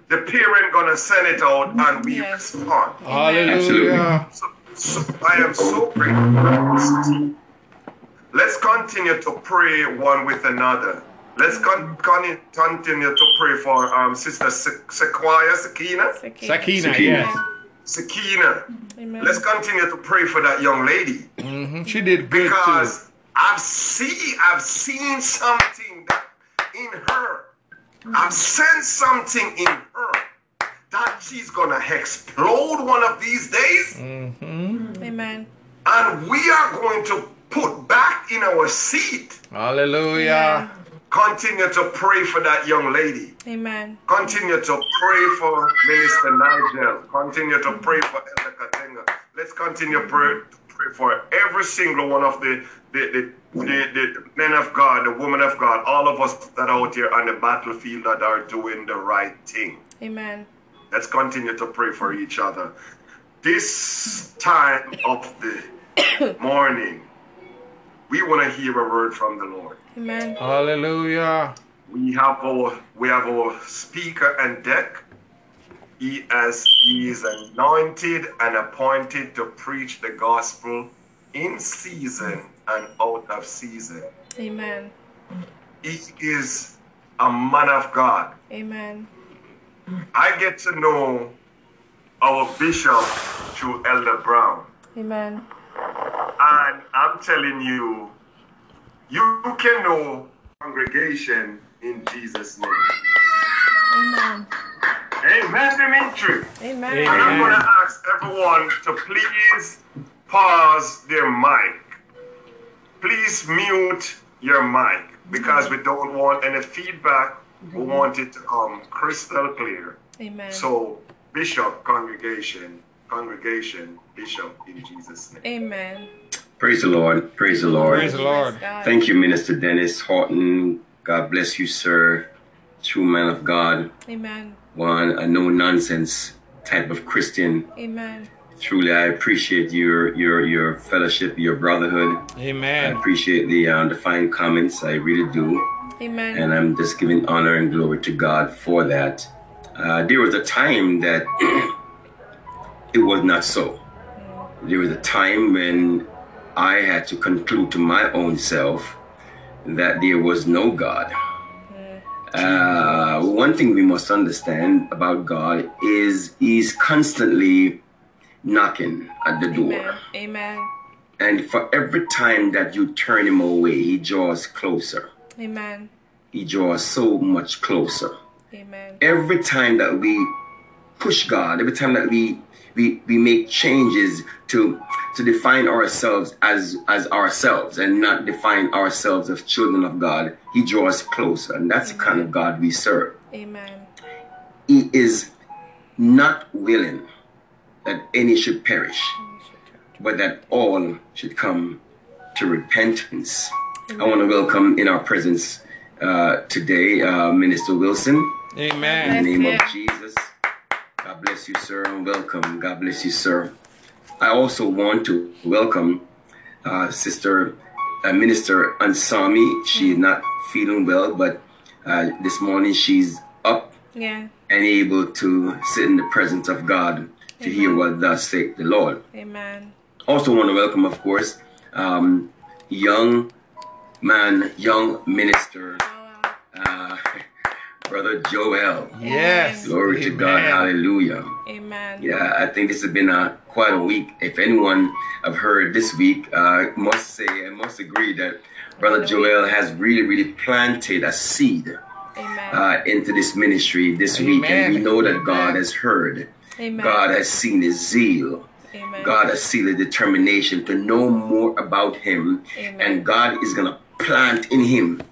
the parent gonna send it out, and we
Yes.
respond.
Hallelujah.
So, so I am so grateful for this team. Let's continue to pray one with another. Let's con- con- continue to pray for um, Sister Se- Sequoia Sakina.
Sakina.
Sakina,
Sakina.
yes.
Sakina.
Amen.
Let's continue to pray for that young lady
hmm She did good too.
because I've see I've seen something that in her. I've sensed something in her that she's gonna explode one of these days.
hmm
Amen.
and we are going to put back in our seat.
Hallelujah.
Continue to pray for that young lady.
Amen.
Continue to pray for Minister Nigel. Continue to pray for Elder Katenga. Let's continue pray, to pray for every single one of the the, the, the, the men of God, the women of God, all of us that are out here on the battlefield that are doing the right thing.
Amen.
Let's continue to pray for each other. This time of the (coughs) morning, we want to hear a word from the Lord.
Amen.
Hallelujah.
We have our we have our speaker and deck. He as he is anointed and appointed to preach the gospel in season and out of season.
Amen.
He is a man of God.
Amen.
I get to know our bishop through Elder Brown.
Amen.
And I'm telling you, you can know congregation in Jesus' name.
Amen.
Amen, Dimitri.
Amen.
And I'm
Amen.
going to ask everyone to please pause their mic. Please mute your mic because we don't want any feedback. We want it to come crystal clear.
Amen.
So, Bishop, congregation, congregation, Bishop, in Jesus' name.
Amen.
Praise the Lord. Praise the Lord.
Praise the Lord.
Praise God.
Thank you, Minister Dennis Horton. God bless you, sir. True man of God.
Amen.
One, a no nonsense type of Christian.
Amen.
Truly, I appreciate your your your fellowship, your brotherhood. I
Amen.
appreciate the um, the fine comments. I really do.
Amen.
and I'm just giving honor and glory to God for that. Uh, there was a time that (clears throat) it was not so. There was a time when I had to conclude to my own self that there was no God. Uh, one thing we must understand about God is He's constantly knocking at the door.
Amen. Amen.
And for every time that you turn Him away, He draws closer.
Amen.
He draws so much closer.
Amen.
every time that we push God, every time that we we, we make changes to to define ourselves as as ourselves and not define ourselves as children of God, He draws closer, and that's the kind of God we serve.
Amen.
He is not willing that any should perish, but that all should come to repentance. I want to welcome in our presence uh, today uh, Minister Wilson. In the
Amen.
Bless
name of
you.
Jesus. God bless you, sir, and welcome. God bless you, sir. I also want to welcome uh, Sister uh, Minister Ansami. She is not feeling well, but Uh, this morning she's up
Yeah.
and able to sit in the presence of God to hear what thus saith the Lord.
Amen.
Also want to welcome, of course, um, young man, young minister, uh, (laughs) brother Joel.
Yes.
Glory to God,
Amen.
Hallelujah.
Amen.
Yeah, I think this has been a quite a week. If anyone have heard this week, I must say I must agree that Brother Joel has really, really planted a seed
Amen.
uh, into this ministry this week, and we
Amen.
know that God
Amen.
has heard.
Amen.
God has seen his zeal.
Amen.
God has seen the determination to know more about him,
Amen.
and God is gonna plant in him.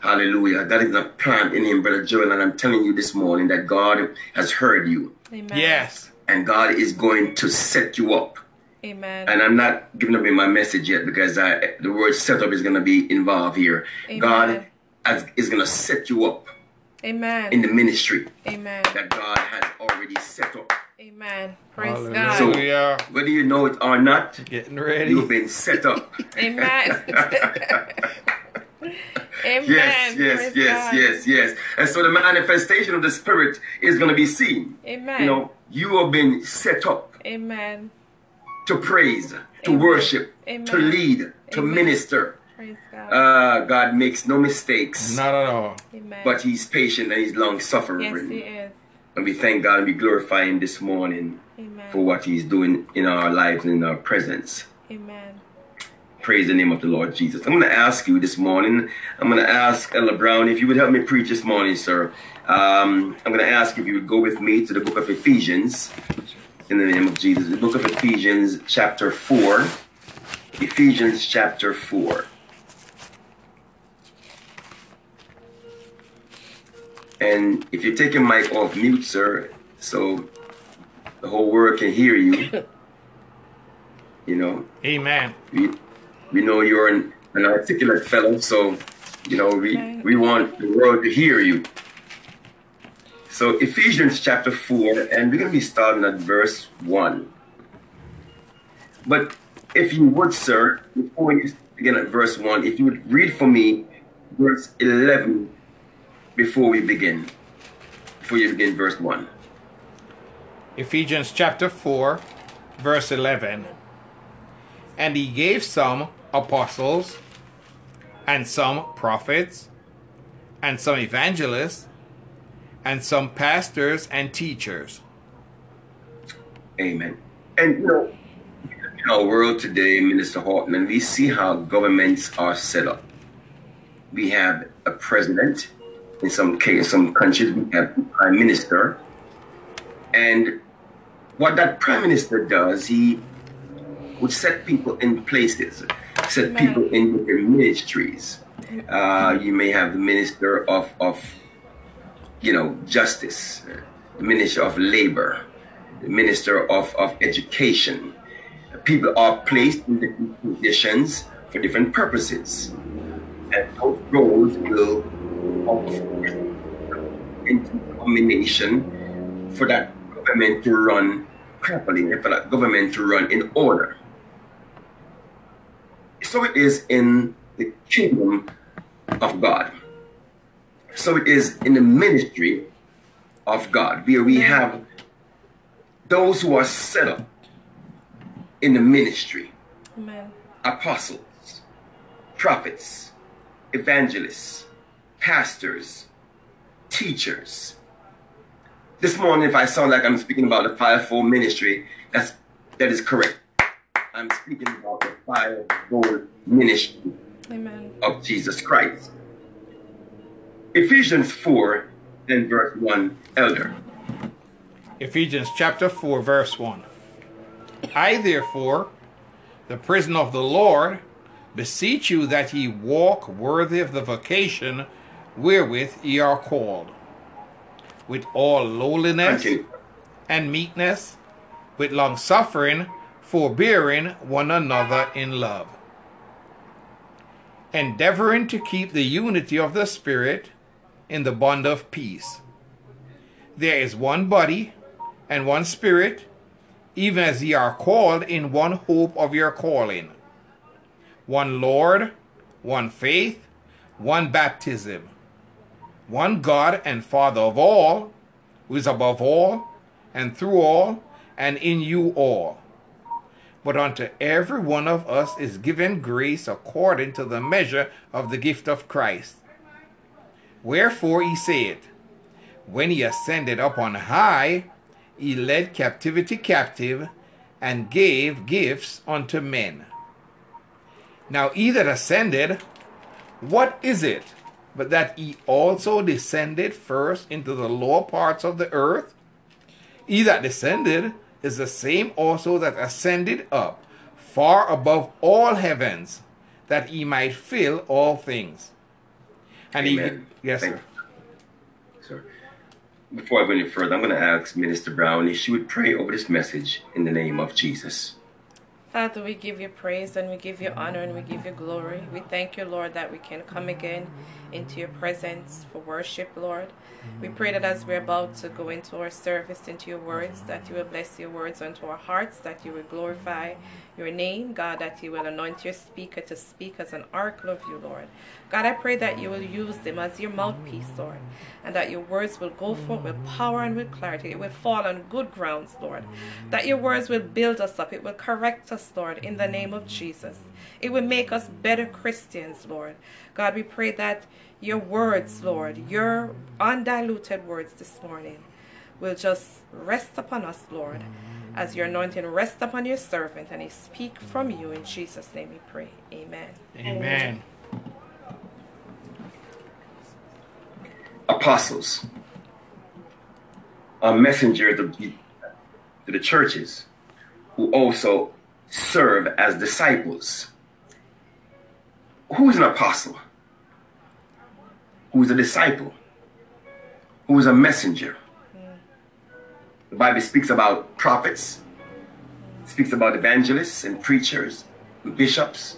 Hallelujah. God is gonna plant in him, Brother Joel. And I'm telling you this morning that God has heard you
Amen.
Yes.
and God is going to set you up.
Amen.
And I'm not giving up in my message yet because I, the word set up is going to be involved here. God
Amen.
has, is going to set you up
Amen.
in the ministry
Amen.
that God has already set up.
Amen. Praise God.
Hallelujah.
Whether you know it or not,
Getting ready.
you've been set up.
Amen. Amen.
(laughs) Yes, yes,
Praise
yes,
God.
yes, yes. And so the manifestation of the Spirit is going to be seen.
Amen.
You know, you have been set up
Amen.
to praise, to
Amen.
worship, to
Amen.
lead, to
Amen.
minister.
Praise God.
Ah, God makes no mistakes,
Not at all.
Amen.
but He's patient and He's long
yes,
suffering.
He is.
and we thank God and we glorify Him this morning
Amen.
for what He's doing in our lives and in our presence.
Amen.
Praise the name of the Lord Jesus. I'm going to ask you this morning. I'm going to ask Ella Brown if you would help me preach this morning, sir. Um, I'm going to ask if you would go with me to the book of Ephesians in the name of Jesus. The book of Ephesians, chapter 4. Ephesians, chapter 4. And if you take your mic off mute, sir, so the whole world can hear you, (laughs) you know,
Amen.
we, we know you're an, an articulate fellow, so you know we, we want the world to hear you. So Ephesians chapter four, and we're gonna be starting at verse one. But if you would, sir, before you begin at verse one, if you would read for me verse eleven before we begin. Before you begin verse one.
Ephesians chapter 4, verse 11. And he gave some apostles, and some prophets, and some evangelists, and some pastors and teachers.
Amen. And you know, in our world today, Minister Hartman, we see how governments are set up. We have a president. In some case, some countries, we have a prime minister. And what that prime minister does, he would set people in places, set
Amen.
people in different ministries. Uh, you may have the minister of, of you know, justice, the minister of labor, the minister of, of education. People are placed in different positions for different purposes. And those roles will into combination for that government to run properly and for that government to run in order. So it is in the kingdom of God. So it is in the ministry of God, where we have those who are set up in the ministry
Amen.
apostles, prophets, evangelists, pastors, teachers. This morning, if I sound like I'm speaking about the fivefold ministry, that's that is correct. I'm speaking about the fivefold ministry
Amen.
of Jesus Christ. Ephesians 4 and verse 1, elder.
Ephesians chapter 4, verse 1. I, therefore, the prisoner of the Lord, beseech you that ye walk worthy of the vocation wherewith ye are called, with all lowliness
Continue.
and meekness, with long suffering, forbearing one another in love, endeavoring to keep the unity of the Spirit in the bond of peace. There is one body and one Spirit, even as ye are called in one hope of your calling, one Lord, one faith, one baptism one God and Father of all, who is above all, and through all, and in you all. But unto every one of us is given grace according to the measure of the gift of Christ. Wherefore he said, When he ascended up on high, he led captivity captive, and gave gifts unto men. Now he that ascended, what is it but that he also descended first into the lower parts of the earth? He that descended is the same also that ascended up far above all heavens, that he might fill all things. And
Amen.
he, yes,
Thank
sir.
Sir. Before I go any further, I'm going to ask Minister Brown if she would pray over this message in the name of Jesus.
Father, we give you praise and we give you honor and we give you glory. We thank you, Lord, that we can come again into your presence for worship, Lord. We pray that as we're about to go into our service, into your words, that you will bless your words unto our hearts, that you will glorify your name, God, that you will anoint your speaker to speak as an oracle of you, Lord. God, I pray that you will use them as your mouthpiece, Lord, and that your words will go forth with power and with clarity. It will fall on good grounds, Lord. That your words will build us up. It will correct us, Lord, in the name of Jesus. It will make us better Christians, Lord. God, we pray that your words, Lord, your undiluted words this morning will just rest upon us, Lord, as your anointing rest upon your servant and he speak from you. In Jesus' name we pray. Amen.
Amen.
Apostles, a messenger to, to the churches who also serve as disciples. Who is an apostle? Who is a disciple? Who is a messenger? The Bible speaks about prophets, speaks about evangelists and preachers, bishops.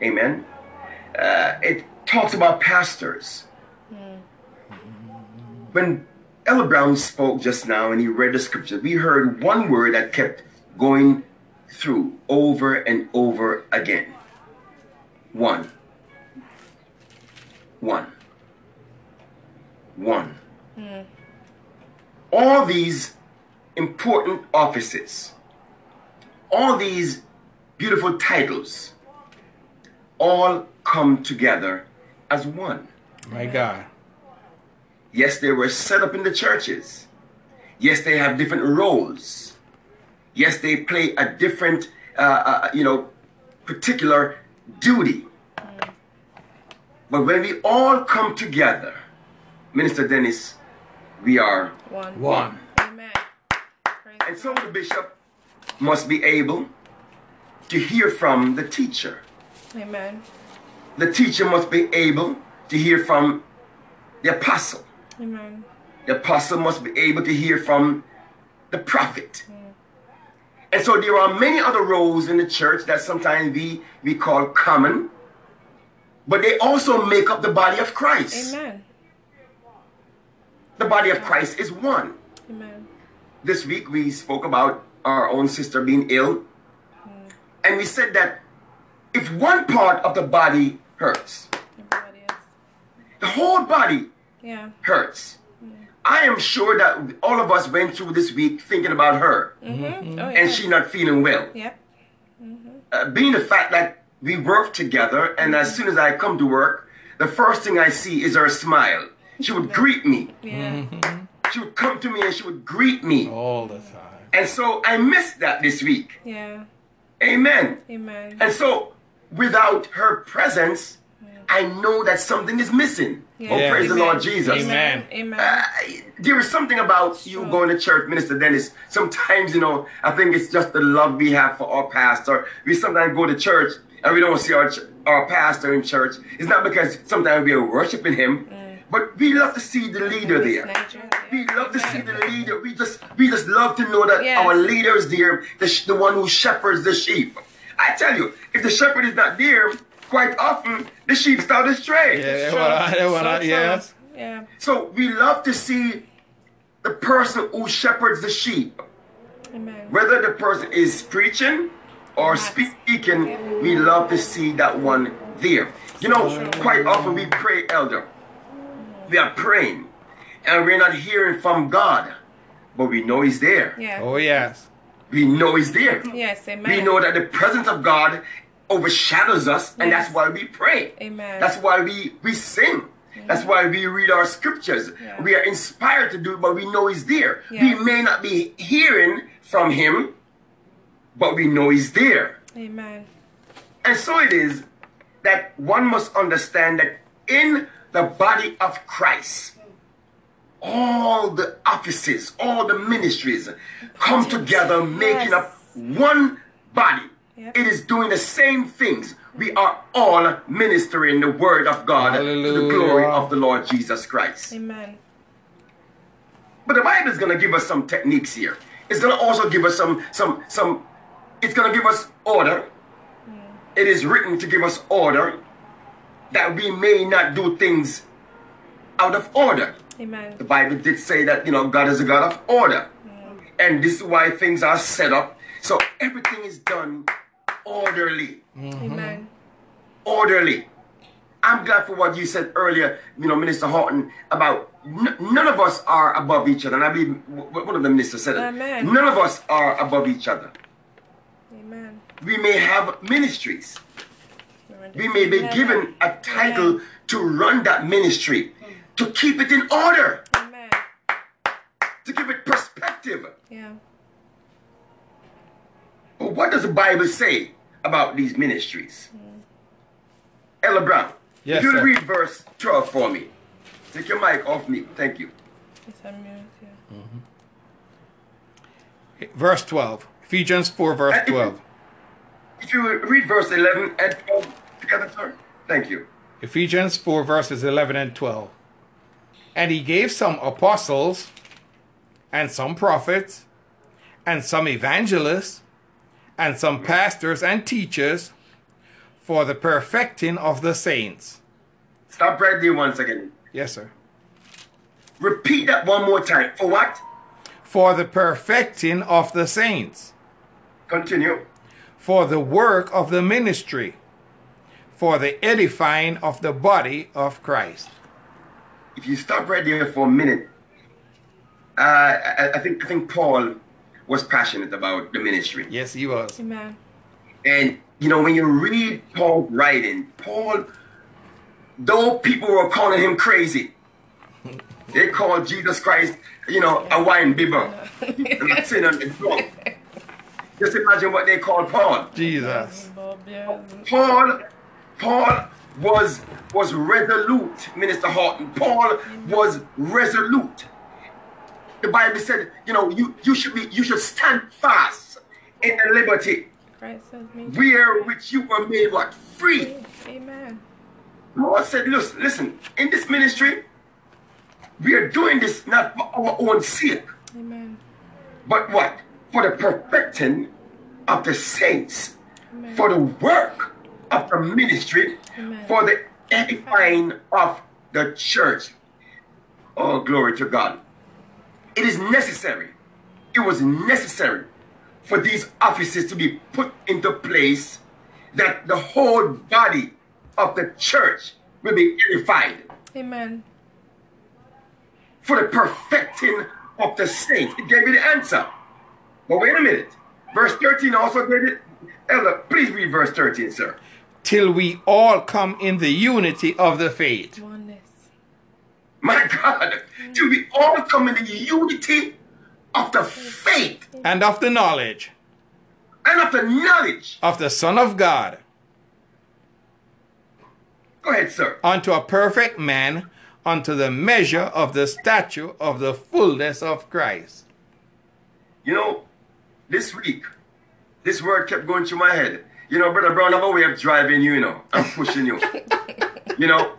Amen. Uh, it talks about pastors. When Ella Brown spoke just now and he read the scripture, we heard one word that kept going through over and over again. One. One. One. All these important offices, all these beautiful titles, all come together as one.
My God.
Yes, they were set up in the churches. Yes, they have different roles. Yes, they play a different, uh, uh, you know, particular duty. But when we all come together, Minister Dennis, we are,
One.
One.
Amen. Praise
and so the bishop must be able to hear from the teacher.
Amen.
The teacher must be able to hear from the apostle.
Amen.
The apostle must be able to hear from the prophet. And so there are many other roles in the church that sometimes we, we call common, but they also make up the body of Christ.
Amen.
The body of Christ is one.
Amen.
This week we spoke about our own sister being ill, and we said that if one part of the body hurts,
Everybody else.
the whole body
Yeah.
hurts. I am sure that all of us went through this week thinking about her
Mm-hmm. Oh,
and
yes.
she not feeling well.
Yep.
uh, being the fact that we work together, and
Mm-hmm.
as soon as I come to work, the first thing I see is her smile. She would greet me.
Yeah.
Mm-hmm.
She would come to me and she would greet me.
Oh.
All the time.
And so I missed that this week.
Yeah.
Amen.
Amen.
And so without her presence, I know that something is missing.
Yeah.
Oh,
Yeah.
praise the
Amen.
Lord Jesus. Ah,
Amen.
Amen.
I- there is something about you going to church, Minister Dennis. Sometimes, you know, I think it's just the love we have for our pastor. We sometimes go to church and we don't see our ch- our pastor in church. It's not because sometimes we are worshiping him, but we love to see the leader there.
Nigeria.
We love to see the leader. We just we just love to know that
Yes.
our leader is there, the, sh- the one who shepherds the sheep. I tell you, if the shepherd is not there, quite often the sheep start astray.
Yeah,
Sure.
well, I- well,
So
I-
true.
yes.
Yeah.
So we love to see the person who shepherds the sheep,
Amen.
whether the person is preaching or speaking, we love to see that one there. You know, quite often we pray, elder, we are praying and we're not hearing from God, but we know He's there.
Yeah.
Oh, yes.
We know He's there.
Yes. Amen.
We know that the presence of God overshadows us, and
Yes.
that's why we pray.
Amen.
That's why we, we sing. That's why we read our scriptures.
Yeah.
We are inspired to do it, but we know He's there.
Yeah.
We may not be hearing from Him, but we know He's there.
Amen.
And so it is that one must understand that in the body of Christ, all the offices, all the ministries come together, making up one body.
Yep.
It is doing the same things. We are all ministering the word of God to the glory
Hallelujah.
of the Lord Jesus Christ.
Amen.
But the Bible is going to give us some techniques here. It's going to also give us some some some. It's going to give us order. It is written to give us order, that we may not do things out of order. The
Amen.
Bible did say that you know God is a God of order, and this is why things are set up. So everything is done orderly
Mm-hmm.
Amen.
orderly. I'm glad for what you said earlier, you know, Minister Horton, about n- none of us are above each other. And I believe w- w- one of the ministers said it.
Amen.
None of us are above each other.
Amen.
We may have ministries. We may be given a title to run that ministry, to keep it in order,
Amen.
to give it perspective.
Yeah.
But what does the Bible say about these ministries? Ella Brown,
Yes,
if you
sir.
read verse 12 for me. Take your mic off me. Thank you.
It's a mute. Yeah.
Verse 12. Ephesians 4, verse 12.
If you read verse 11 and 12 together, sir. Thank you.
Ephesians 4, verses 11 and 12. And he gave some apostles, and some prophets, and some evangelists, and
Mm-hmm.
some pastors and teachers for the perfecting of the saints.
Stop right there once again.
Yes, sir.
Repeat that one more time. For what?
For the perfecting of the saints,
Continue.
for the work of the ministry, for the edifying of the body of Christ.
If you stop right there for a minute, uh, I, I think I think Paul was passionate about the ministry.
Yes, he was.
Amen.
And you know, when you read Paul's writing, Paul, though people were calling him crazy, they called Jesus Christ, you know, a wine bibber. and a sin on the throne. Just imagine what they called Paul.
Jesus.
Bob, yeah.
Paul, Paul was was resolute, Minister Horton. Paul was resolute. The Bible said, you know, you, you should be you should stand fast in the liberty
Christ has made you
where which you were made what free.
free. Amen.
Paul said, listen, listen, in this ministry, we are doing this not for our own sake,
Amen.
but what? For the perfecting of the saints,
Amen.
for the work of the ministry,
Amen.
for the edifying of the church. Oh, glory to God. It is necessary. It was necessary for these offices to be put into place that the whole body of the church will be edified
Amen.
for the perfecting of the saints. It gave you the answer. But wait a minute. Verse 13 also gave it. Ella, please read verse 13, sir.
Till we all come in the unity of the faith.
Oneness.
My (laughs) God. Till we all come in the unity of the faith
and of the knowledge
and of the knowledge.
of the Son of God
Go ahead, sir.
unto a perfect man, unto the measure of the stature of the fullness of Christ.
You know, this week, this word kept going through my head. You know, Brother Brown, I have a way of driving you, you know, I'm pushing you. you know,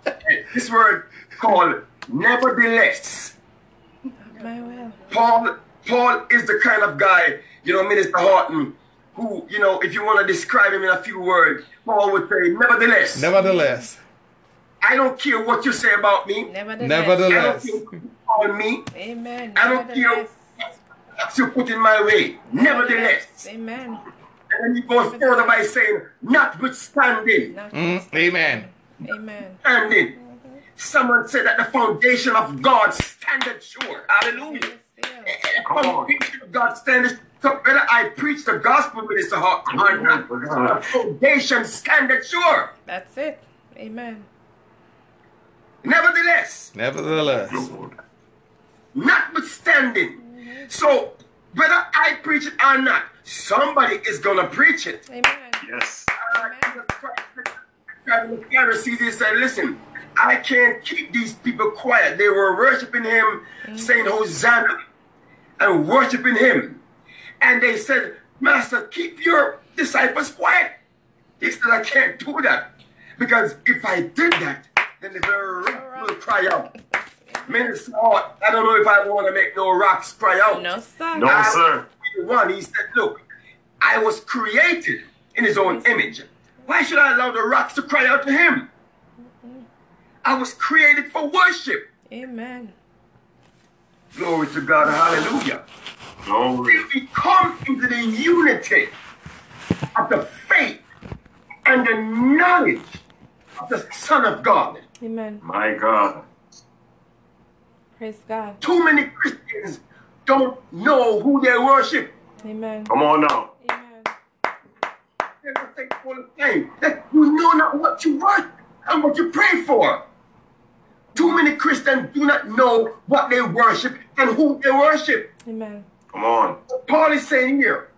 this word called nevertheless.
My will.
Paul Paul is the kind of guy, you know, Minister Horton, who, you know, if you want to describe him in a few words, Paul would say, nevertheless,
Nevertheless,
I don't care what you say about me.
Nevertheless.
I don't
nevertheless,
care what you call me,
Amen.
I don't care
Nevertheless.
what you put in my way. Nevertheless.
Amen.
And then he goes further by saying, notwithstanding,
Not
Mm, amen.
Amen.
standing. Someone said that the foundation of God standeth sure. Hallelujah. The
Come on.
foundation of God standeth so whether I preach the gospel, Minister Hart, or not,
Oh, God.
the foundation standeth sure.
That's it. Amen.
Nevertheless,
Nevertheless,
Lord.
notwithstanding. So, whether I preach it or not, somebody is going to preach it.
Amen.
Yes.
Uh, Jesus Christ said to the Pharisees, he said, Listen, I can't keep these people quiet. They were worshiping him, saying, Hosanna, and worshiping him. And they said, Master, keep your disciples quiet. He said, I can't do that. Because if I did that, then the very rock will cry out. Minister, Hart, I don't know if I want to make no rocks cry out.
No, sir.
No,
I
sir.
was the One, he said, look, I was created in his own image. Why should I allow the rocks to cry out to him? I was created for worship.
Amen.
Glory to God, hallelujah.
Glory.
If we come into the unity of the faith and the knowledge of the Son of God,
Amen.
My God.
Praise God.
too many Christians don't know who they worship.
Amen.
Come on now.
Amen.
They're gonna say all the time that you know not what you want and what you pray for. Too many Christians do not know what they worship and who they worship.
Amen.
Come on.
Paul is saying here,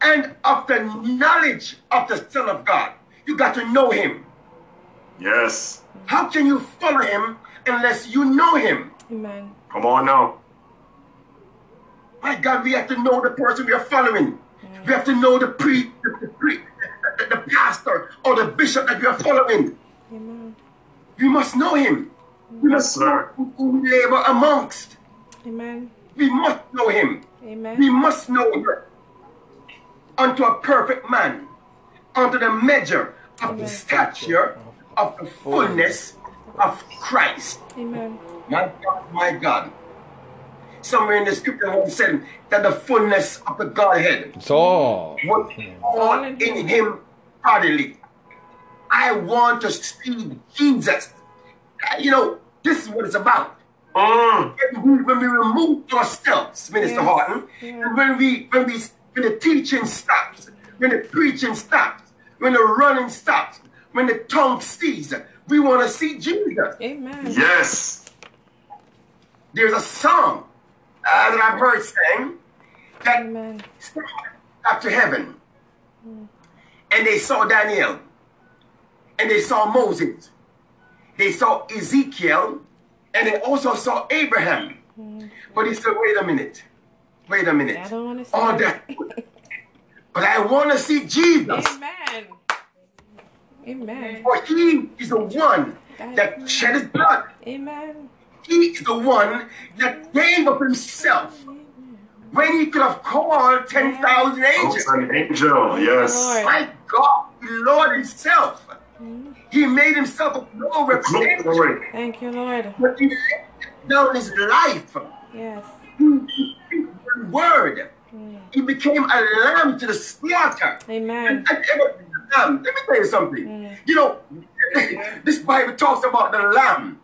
and of the knowledge of the Son of God, you got to know him.
Yes.
How can you follow him unless you know him?
Amen.
Come on now.
My God, we have to know the person we are following. We have to know the pre, the, the, pre, the, the pastor or the bishop that we are following.
Amen.
We must know him. We
Yes,
must
sir.
know who we labor amongst.
Amen.
We must know him. We
Amen.
must know her. Unto a perfect man, unto the measure of the stature of the fullness of Christ.
Amen.
My God, my God. Somewhere in the scripture, one said that the fullness of the Godhead
it's all.
was all in him bodily. I want to see Jesus. Uh, You know, this is what it's about.
Mm.
When we- when we remove ourselves, Minister
Yes.
Harton,
Yeah.
and when we when we when the teaching stops, when the preaching stops, when the running stops, when the tongue ceases, we want to see Jesus.
Amen.
Yes.
There's a song uh, that I've heard sang that
Amen.
stepped up to heaven and they saw Daniel and they saw Moses, they saw Ezekiel, and they also saw Abraham. But he said, Wait a minute, wait a minute,
I don't want to see
all that, (laughs) but I want to see Jesus,
Amen. Amen.
for he is the one that shed his blood,
Amen.
he is the one that gave up himself. When he could have called 10,000
Oh,
angels.
it's an angel. Yes.
Lord.
My God, the Lord Himself. He made Himself a no representation.
Glory.
Thank you, Lord.
But He laid down His life.
Yes.
One word. He became a lamb to the slaughter.
Amen.
And- and- and a lamb. Let me tell you something. You know, (laughs) this Bible talks about the lamb.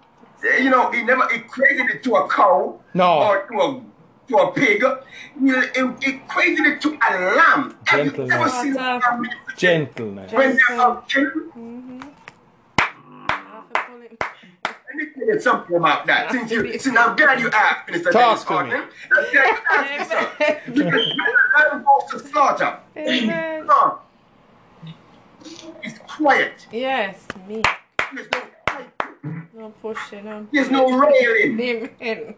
You know, he never equated it to a cow
No.
or to a to a pig. He he equated it to a lamb. Have you
Gentleman.
ever seen a lamb
Gentleness.
when they're out killing?
Mm-hmm.
Let me tell you something about that. Since you, since I'm glad you asked, Minister
Talk
Dennis
to
Hartman.
me.
I'm glad you
(laughs)
asked me, sir. Because the lamb goes to slaughter.
Amen.
Son, It's quiet.
Yes, me.
There's no fight.
No pushing. No.
There's no railing.
Amen.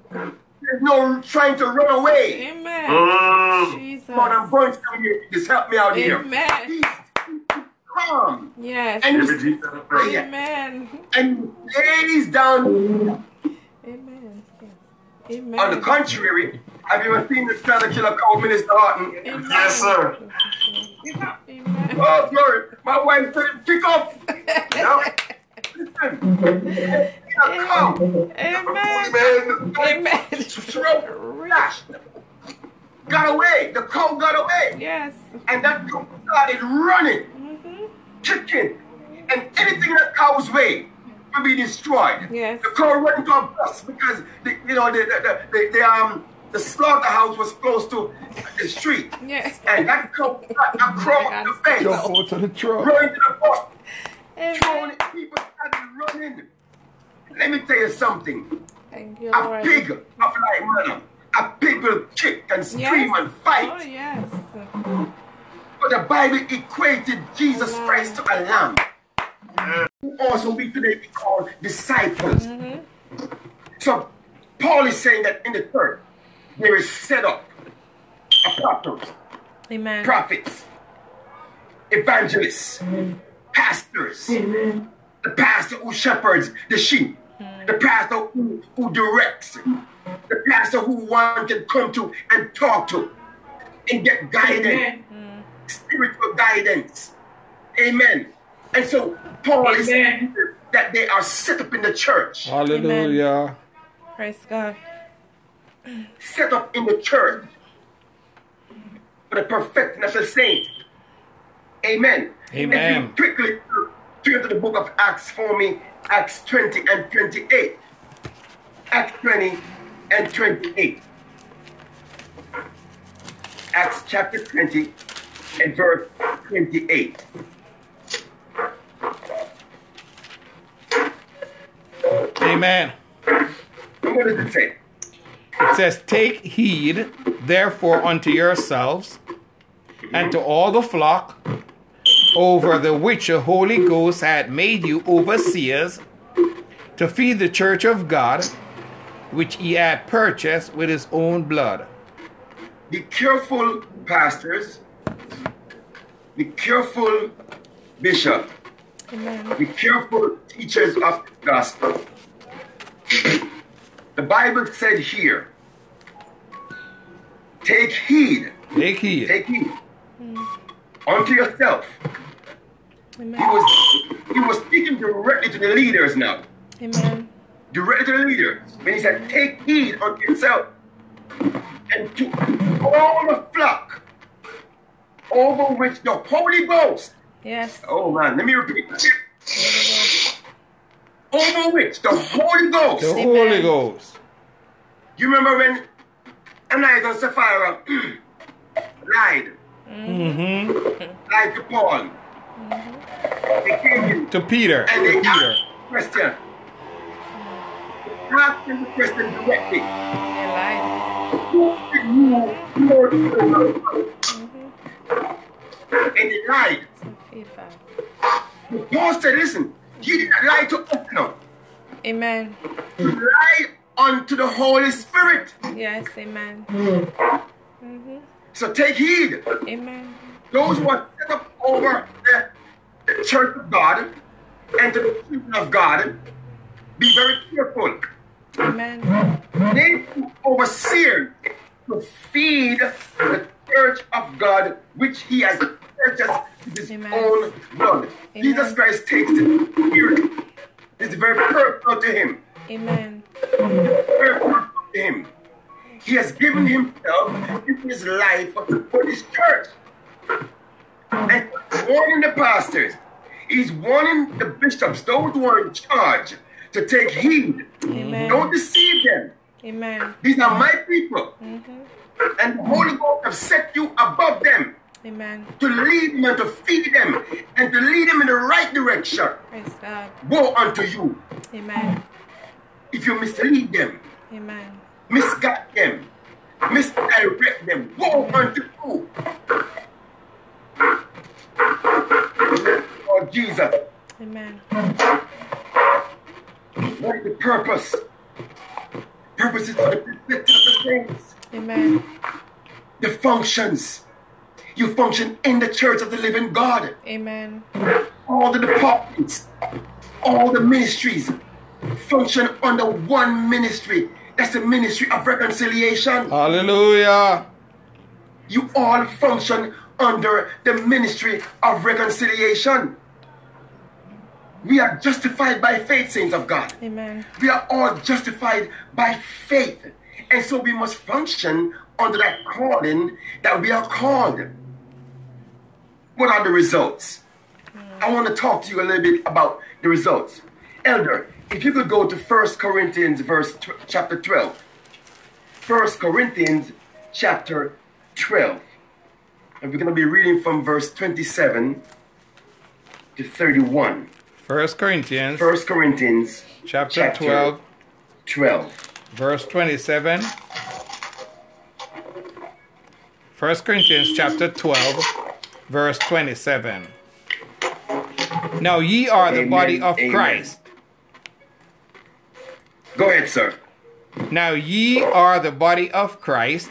There's no trying to run away.
Amen.
Mm.
Jesus.
Come on, I'm going to you. Just help me out here.
Amen.
He's calm.
Yes.
And
Give it
he's
Jesus a praise.
Amen.
and lays down.
Amen.
On the
Amen.
contrary, have you ever seen the trying to kill a cold Minister Harton?
Amen.
Yes, sir.
Amen.
Oh, glory. My wife said, pick up.
Yep.
Listen. Come.
Amen.
Amen.
Amen.
Stroke. Flash. Got away. The cold got away.
Yes.
And that cow started running,
Mm-hmm.
kicking, and anything that cow's way. will be destroyed.
Yes.
The crowd went to a bus because the, you know the the, the, the, um the slaughterhouse was close to the street,
Yes.
and that crowd, that, that crowd, the fence,
Jump over to the truck.
running to the bus, throwing
Amen.
at people started running. Let me tell you something.
Thank you,
A
Lord.
pig of like manner. A pig will kick and scream
Yes.
and fight.
Oh, yes.
But the Bible equated Jesus Christ to a lamb. Also, we today be called disciples. So, Paul is saying that in the church, there is set up apostles,
Amen.
prophets, evangelists, pastors, the pastor who shepherds the sheep, the pastor who, who directs, the pastor who one can come to and talk to and get guidance
Amen.
spiritual guidance. Amen. And so Paul is
Amen.
saying that they are set up in the church,
Hallelujah.
Praise God.
set up in the church for the perfecting of the saint. Amen. If you
Amen.
quickly turn to the book of Acts for me, Acts 20 and 28. Acts 20 and 28. Acts chapter 20 and verse 28.
Amen.
What does it say?
It says, Take heed, therefore, unto yourselves and to all the flock over the which the Holy Ghost hath made you overseers to feed the church of God, which he had purchased with his own blood.
be careful, pastors. Be careful, bishop.
Amen.
Be careful, teachers of the gospel. The Bible said here, take heed,
Take heed.
take heed unto yourself. He
Amen.
was, he was speaking directly to the leaders now,
Amen.
directly to the leaders. When he said, take heed unto yourself and to all the flock over which the Holy Ghost
Yes.
Oh man, let me repeat. Over which the Holy Ghost.
The Holy Ghost.
You remember when Ananias and Sapphira (clears throat) lied,
hmm
lied to Paul. They came in
To Peter.
and they
To Peter.
asked the question. Asked him the question directly.
Amen.
Who did you Lord And they lied. Paul said, listen, you did not lie to us no.
Amen.
You lied unto the Holy Spirit.
Yes. Amen.
So take heed.
Amen.
Those who are set up over the church of God and the children of God, be very careful.
Amen.
They who overseer to feed the church of God, which he has purchased with his
Amen.
own blood. Jesus Christ takes the spirit. It's very personal to him.
Amen.
Very personal to him. He has given himself, given his life for this church. and warning the pastors. He's warning the bishops, those who are in charge, to take heed. Don't
Amen.
deceive them.
Amen.
These are my people. And the Holy Ghost have set you above them
Amen.
to lead them and to feed them and to lead them in the right direction.
Praise God.
Woe unto you
Amen.
if you mislead them,
Amen.
misguide them, misdirect them. Woe unto you. Lord Jesus.
Amen.
What is the purpose? Purpose is for the perfecting of the saints,
Amen.
the functions. You function in the church of the living God.
Amen.
All the departments, all the ministries function under one ministry. That's the ministry of reconciliation.
Hallelujah.
You all function under the ministry of reconciliation. We are justified by faith, saints of God.
Amen.
We are all justified by faith. And so we must function under that calling that we are called. What are the results? I want to talk to you a little bit about the results. Elder, if you could go to 1 Corinthians verse tw- chapter 12. 1 Corinthians chapter 12. And we're going to be reading from verse 27 to 31.
First Corinthians
1 Corinthians
chapter,
chapter
12,
12.
verse 27. First Corinthians chapter 12, verse 27. Now ye are the
Amen,
body of
amen.
Christ.
Go ahead, sir.
Now ye are the body of Christ,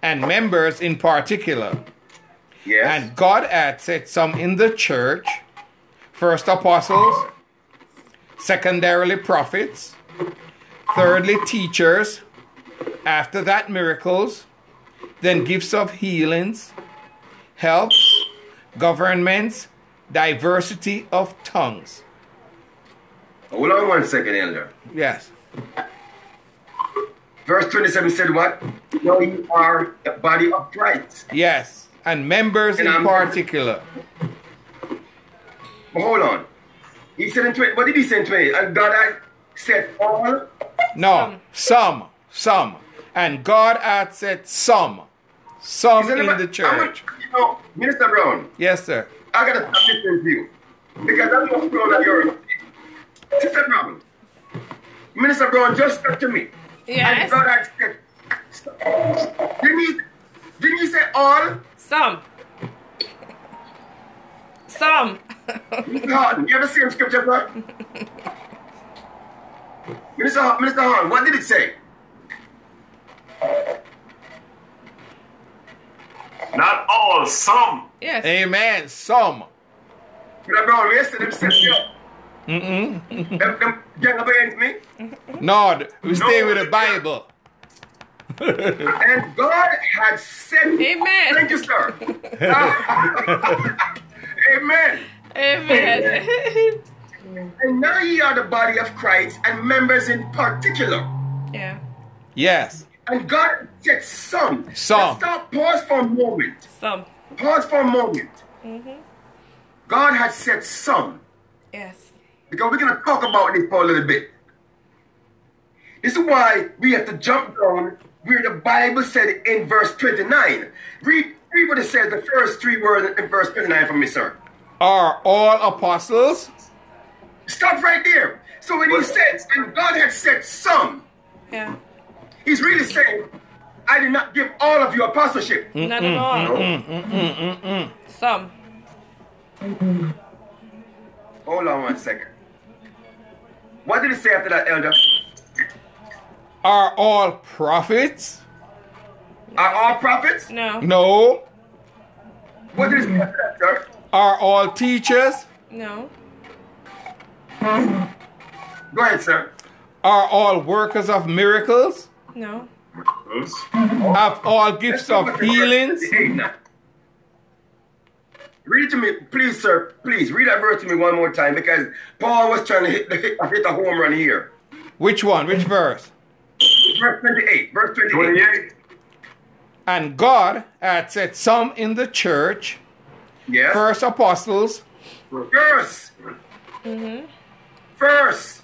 and members in particular.
Yes.
And God had set some in the church, first apostles, secondarily prophets, thirdly teachers, after that miracles, then gifts of healings, helps, governments, diversity of tongues.
Hold on one second, Elder.
Yes.
Verse 27 said what? No, you are the body of Christ.
Yes. And members
And
in
I'm-
particular.
But hold on. He said in 20, what did he say in 20? And God I said all
No, some, some. And God had said some, some
Listen,
in
I'm-
the
I'm-
church.
you know, Minister Brown,
Yes, sir.
I gotta stop listening to you because I'm not proud that you're. Sister Brown, Minister Brown, just talk to me.
Yes.
And God accept. Didn't he? Didn't he say all?
Some. Some.
Minister Horton, you ever see him scripture, bro? Minister, Hor- Minister Horton, what did it say?
Not all, some.
yes.
Amen. Some.
Minister Brown, listen, them set me up.
Mm-mm.
Them, them gang up against me.
Nod. We stay
No.
with the Bible. (laughs)
And God had sent
Amen.
Thank you, sir. Amen.
Amen. (laughs)
And now ye are the body of Christ and members in particular.
yeah.
yes.
And God said some.
Some.
Let's stop, pause for a moment.
Some.
Pause for a moment. Mm-hmm. God had said some.
Yes.
Because we're going to talk about this for a little bit. This is why we have to jump down where the Bible said in verse 29. Read, read what it says, the first three words in verse 29 for me, sir.
Are all apostles?
Stop right there. So when he said, and God had said some,
Yeah.
he's really saying, I did not give all of you apostleship.
Not at all. Some.
Hold on one second. What did he say after that, Elder?
Are all prophets?
Are all prophets?
No.
No.
What did he say after that, sir?
Are all teachers?
No.
Go ahead, sir.
Are all workers of miracles?
No.
Have all gifts of healings?
Read it to me, please, sir. Please read that verse to me one more time because Paul was trying to hit, hit, hit a home run here.
Which one? Which verse?
Verse 28. Verse 28.
28.
And God had set some in the church,
Yes.
first apostles,
First. First.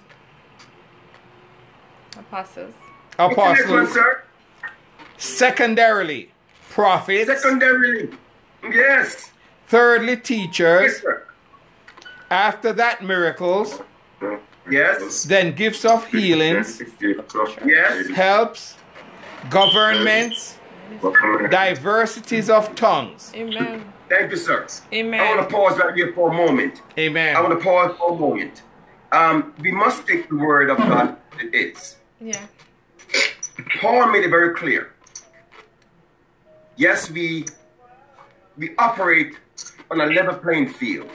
Apostles.
What's the next one,
apostles,
sir?
secondarily, prophets,
Secondarily. Yes.
thirdly,
Yes,
teachers,
sir.
after that, miracles,
Yes.
then gifts of healings,
Yes.
helps, governments, diversities of tongues.
Amen.
Thank you, sir. I want
Amen.
to pause right here for a moment. I
Amen.
want to pause for a moment. Um, we must take the word of God as it is.
Yeah.
Paul made it very clear. Yes, we we operate on a level playing field.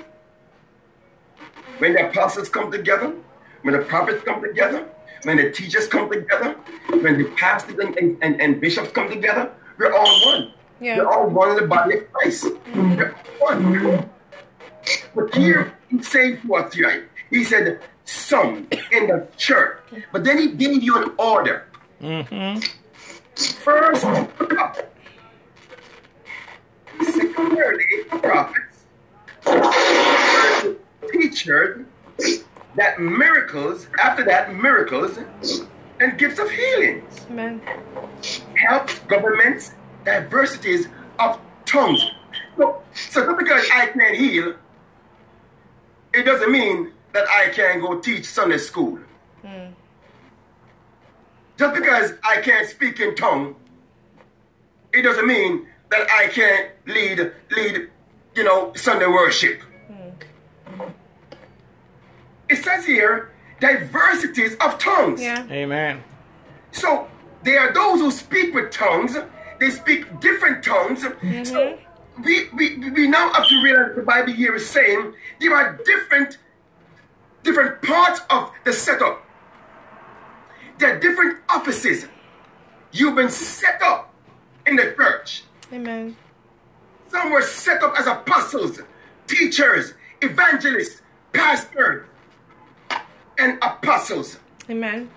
When the apostles come together, when the prophets come together, when the teachers come together, when the pastors and, and, and, and bishops come together, we're all one.
Yeah.
We're all one in the body of Christ. We're all one. But here he's saying to us tonight, he said, some in the church. But then he gave you an order. First, prophet. secondarily, prophets. Thirdly, Teachers. that miracles, after that, miracles and gifts of healings,
Amen.
helps governments, diversities of tongues. So, so just because I can heal, it doesn't mean that I can go teach Sunday school. Just because I can't speak in tongue, it doesn't mean that I can't lead lead, you know, Sunday worship. It says here diversities of tongues.
Yeah.
Amen.
So there are those who speak with tongues. They speak different tongues. So we, we we now have to realize the Bible here is saying there are different different parts of the setup. There are different offices. You've been set up in the church.
Amen.
Some were set up as apostles, teachers, evangelists, pastors, and apostles.
Amen.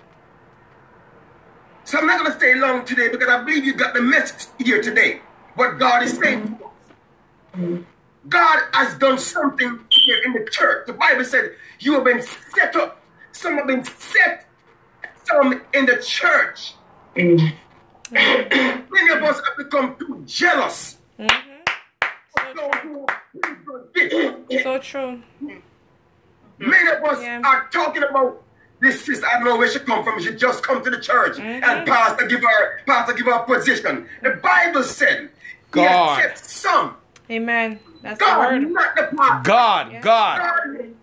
So I'm not going to stay long today because I believe you got the message here today. What God is saying. to us. God has done something here in the church. The Bible said you have been set up. Some have been set. Some in the church.
Mm-hmm.
Many of us have become too jealous.
Mm-hmm. So true.
Many of us
Yeah.
are talking about this sister. I don't know where she come from. She just come to the church
Mm-hmm.
and pastor give her pastor give her a position. The Bible said he
God.
accepts some.
Amen. That's the
God,
word.
not the pastor.
God, God.
God accepts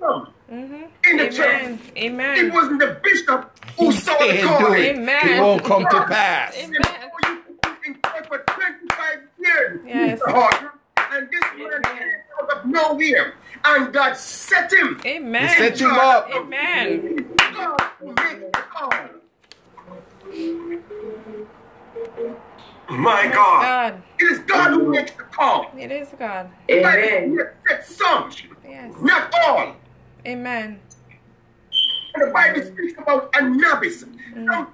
some in the church.
Amen.
It
Mm-hmm. Amen.
wasn't the bishop who saw the
Can't do
calling.
it.
Amen.
It won't come to pass.
Amen.
You in church for 25 years,
Yes.
Mr. Harden, and this man came out of nowhere, and God set him.
You
Amen.
set him up.
Amen.
God will make the call.
My God.
God.
It is God who makes the call.
It is God.
Bible
Amen.
says some,
Yes.
not all.
Amen.
And the Bible speaks about Anubis. Some,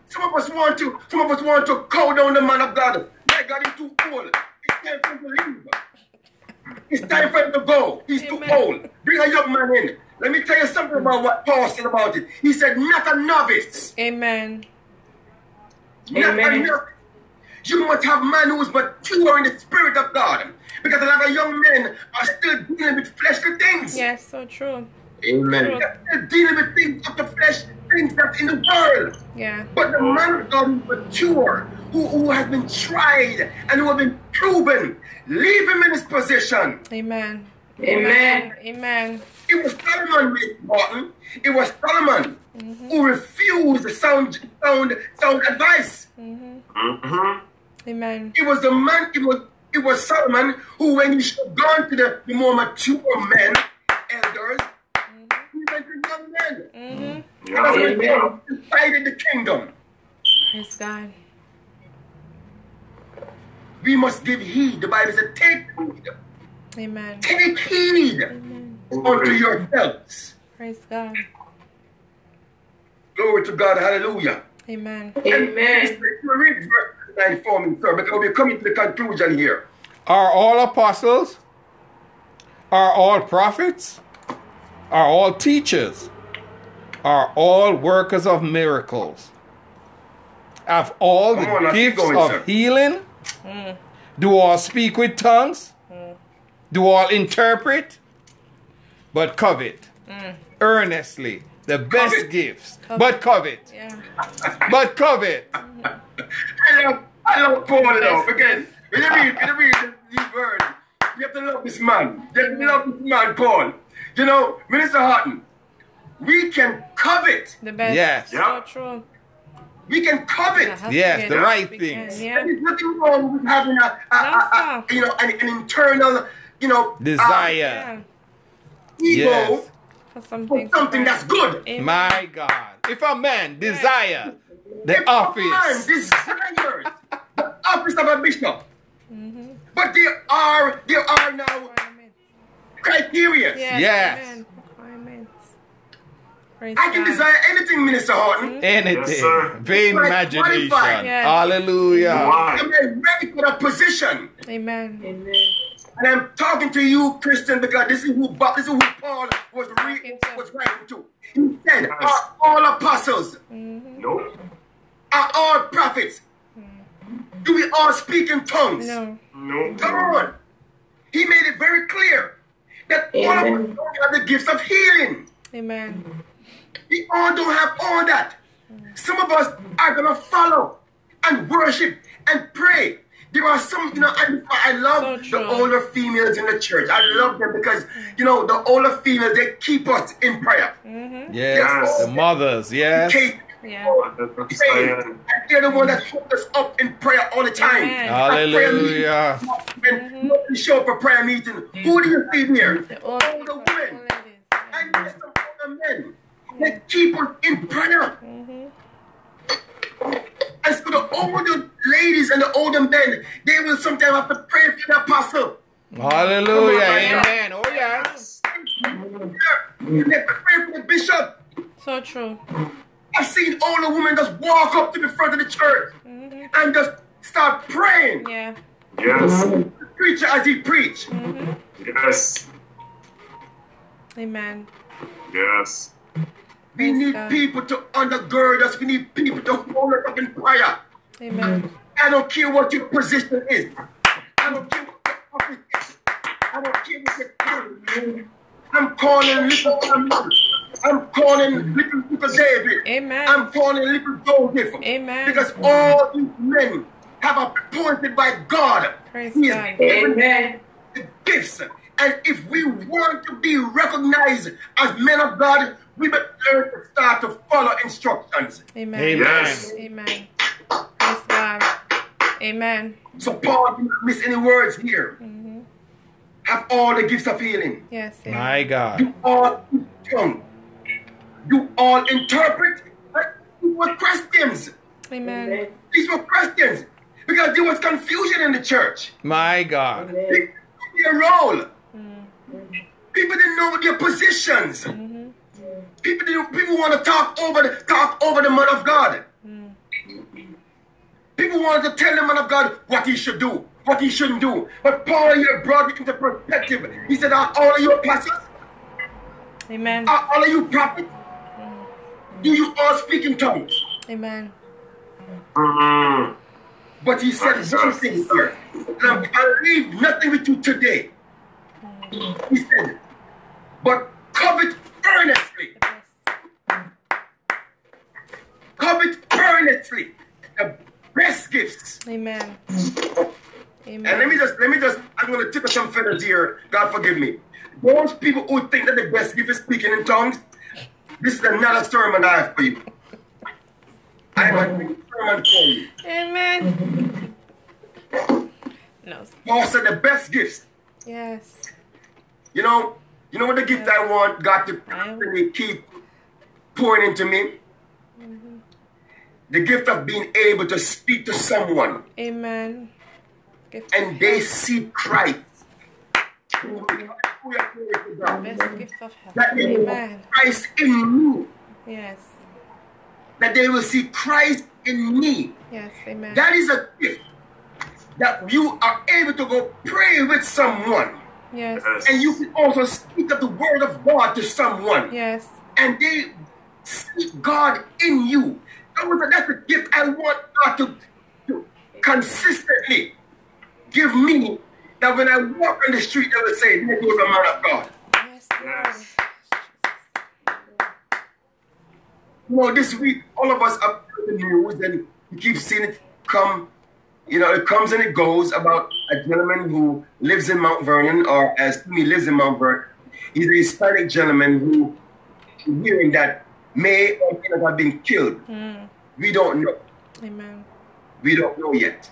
some of us want to, some of us want to cow down the man of God. My God is too old. It's time for him to leave. It's time for him to go. He's
Amen.
too old. Bring a young man in. Let me tell you something about what Paul said about it. He said, not a novice.
Amen.
Not a
Amen.
novice. You must have man who is mature in the spirit of God. Because a lot of young men are still dealing with fleshly things.
Yes. So true.
Amen. They're dealing with things of the flesh, things that's in the world.
Yeah.
But the man of God is mature, who, who has been tried and who has been proven, leave him in his position.
Amen.
Amen.
Amen.
It was Solomon, Miss Martin. It was Solomon who refused sound, sound, sound advice.
Mm-hmm.
Amen.
It was the man, it was, it was Solomon who, when he should have gone to the, the more mature men, elders, he went to young men.
Mm-hmm.
That's
Yeah.
when God decided the kingdom.
Praise God.
We must give heed. The Bible said, take heed,
Amen.
take heed unto yourselves.
Praise God.
Glory to God, hallelujah.
Amen.
Amen.
We read verse 9 for me, sir, because we're coming to the conclusion here.
Are all apostles? Are all prophets? Are all teachers? Are all workers of miracles? Have all the
Come on, let's keep
gifts
going,
of
sir.
healing? Do all speak with tongues? Do all interpret? But covet earnestly the best
Covet.
gifts, but covet,
Yeah.
but covet. Ah.
I love, I love Paul now, because when you read, when you read these words, you have to love this man. You have to love this man, Paul. You know, Minister Harton, we can covet,
The best.
Yes.
So true.
we can covet.
Help
Yes,
me
the
get
right
it. We can,
things.
Yeah.
And there's nothing wrong with having a, a, a, a- you know, an, an internal, you know, uh,
Desire.
Yeah.
ego
Yes.
For something.
for something that's good.
Amen.
My God. If a man desire
If
the
a man
office,
desires the office of a bishop.
Mm-hmm.
But there are there are now
Requirements.
criteria.
Yes.
Yes.
Amen. Requirements. Praise
I can
God.
desire anything, Minister Horton.
anything,
Yes, sir.
vain
Right,
imagination.
qualified.
Yes.
Hallelujah.
Why?
Am I ready for that position?
Amen.
Amen.
And I'm talking to you, Christian, because this is who Bob, this is who Paul was re-
Talking to.
was writing to. He said, "Are all apostles?
No.
Are all prophets? Do we all speak in tongues?"
Hmm. No.
No.
Come on. He made it very clear that all of us
Amen.
don't have the gifts of healing.
Amen.
We all don't have all that. Some of us are gonna follow and worship and pray. There are some, you know, I, I love
So
the
true.
older females in the church. I love them because, you know, the older females, they keep us in prayer.
Yes. The mothers. Yes.
Kate,
Yeah.
Faye, they're the ones that hold us up in prayer all the time.
Amen.
Our prayer
Hallelujah.
meeting, When nobody show up for prayer meeting, who do you see there?
The old
Older
people,
women.
old ladies.
and there's some other men that keep us in prayer.
Mm-hmm.
And so the older ladies and the older men, they will sometimes have to pray for the apostle.
Hallelujah.
Come on,
Amen. Oh yes.
Mm-hmm.
They have to pray for the bishop.
So true.
I've seen older women just walk up to the front of the church
Mm-hmm.
and just start praying.
Yeah.
Yes.
Mm-hmm.
Preacher as he preached.
Yes.
Amen.
Yes.
We
Praise
need
God.
people to undergird us. We need people to hold us up in prayer.
Amen.
I don't care what your position is. I don't care what your office is. I don't care what your title is. I'm calling little Samuel. I'm calling little, little David.
Amen.
I'm calling little Joseph.
Amen.
Because all these men have appointed by God.
Praise
He
God.
has given
Amen.
the gifts. And if we want to be recognized as men of God, we must learn to start to follow instructions.
Amen.
Amen.
Yes.
Amen. Praise God. Amen.
So Paul didn't miss any words here. Have all the gifts of healing.
Yes. Amen.
My God.
All in tongue. You all interpret. These were questions.
Amen.
These were questions. Because there was confusion in the church.
My God.
People knew Their role. People didn't know their positions. People didn't, people want to talk over the talk over the man of God. People wanted to tell the man of God what he should do, what he shouldn't do. But Paul here brought it into perspective. He said, Are all of you apostles?
Amen.
Are all of you prophets? Do you all speak in tongues?
Amen.
Mm.
But he said one thing, sir. And I'm- I leave nothing with you today. He said, But covet earnestly. Covet earnestly the best gifts.
Amen. Amen.
And let me just, let me just, I'm going to tickle some feathers here. God forgive me. Those people who think that the best gift is speaking in tongues, this is another sermon I have for you. I have a new sermon for you.
Amen. No.
Paul said the best gifts.
Yes.
You know, you know what the gift I want God to constantly keep pouring into me? The gift of being able to speak to someone
Amen. Gift
and they see Christ. Hallelujah, glory to God.
best gift of
That
heaven.
they will
Amen.
see Christ in you.
Yes.
That they will see Christ in me.
Yes. Amen.
That is a gift that you are able to go pray with someone.
Yes.
Yes.
And you can also speak of the word of God to someone.
Yes.
and they see God in you. That was that's the gift I want God to, to consistently give me. That when I walk on the street, they will say, "There goes a man of God."
Yes. Lord.
Yes.
You know, this week all of us are in the news, and we keep seeing it come. You know, it comes and it goes about a gentleman who lives in Mount Vernon, or as he lives in Mount Vernon. He's a Hispanic gentleman who, hearing that, may or may not have been killed. We don't know.
Hmm. Amen.
We don't know yet.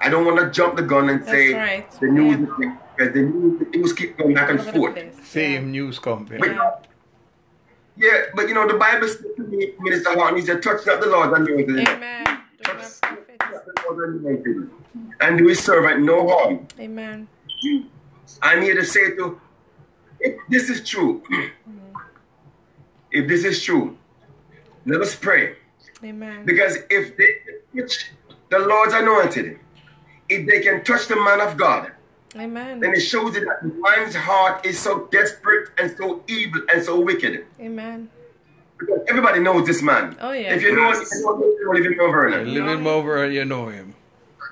I don't want to jump the gun and say
right.
the news
Yeah.
is- because the news, the news keep going back and
All over the
forth.
place.
Same news company.
But, yeah, but you know the Bible says to me, Minister Horton, he said, "Touch not the Lord anointed."
Yeah.
Touch
Amen. Do not profit.
not the Lord's anointed, And do his servant no harm.
Amen.
I'm here to say to, if this is true, if this is true, let us pray.
Amen.
Because if they can touch the Lord's anointed, if they can touch the man of God,
Amen.
Then it shows you that man's heart is so desperate and so evil and so wicked.
Amen.
Because everybody knows this man.
Oh, yeah.
If you know him, you know him, you know Vernon.
Living him over, you know him.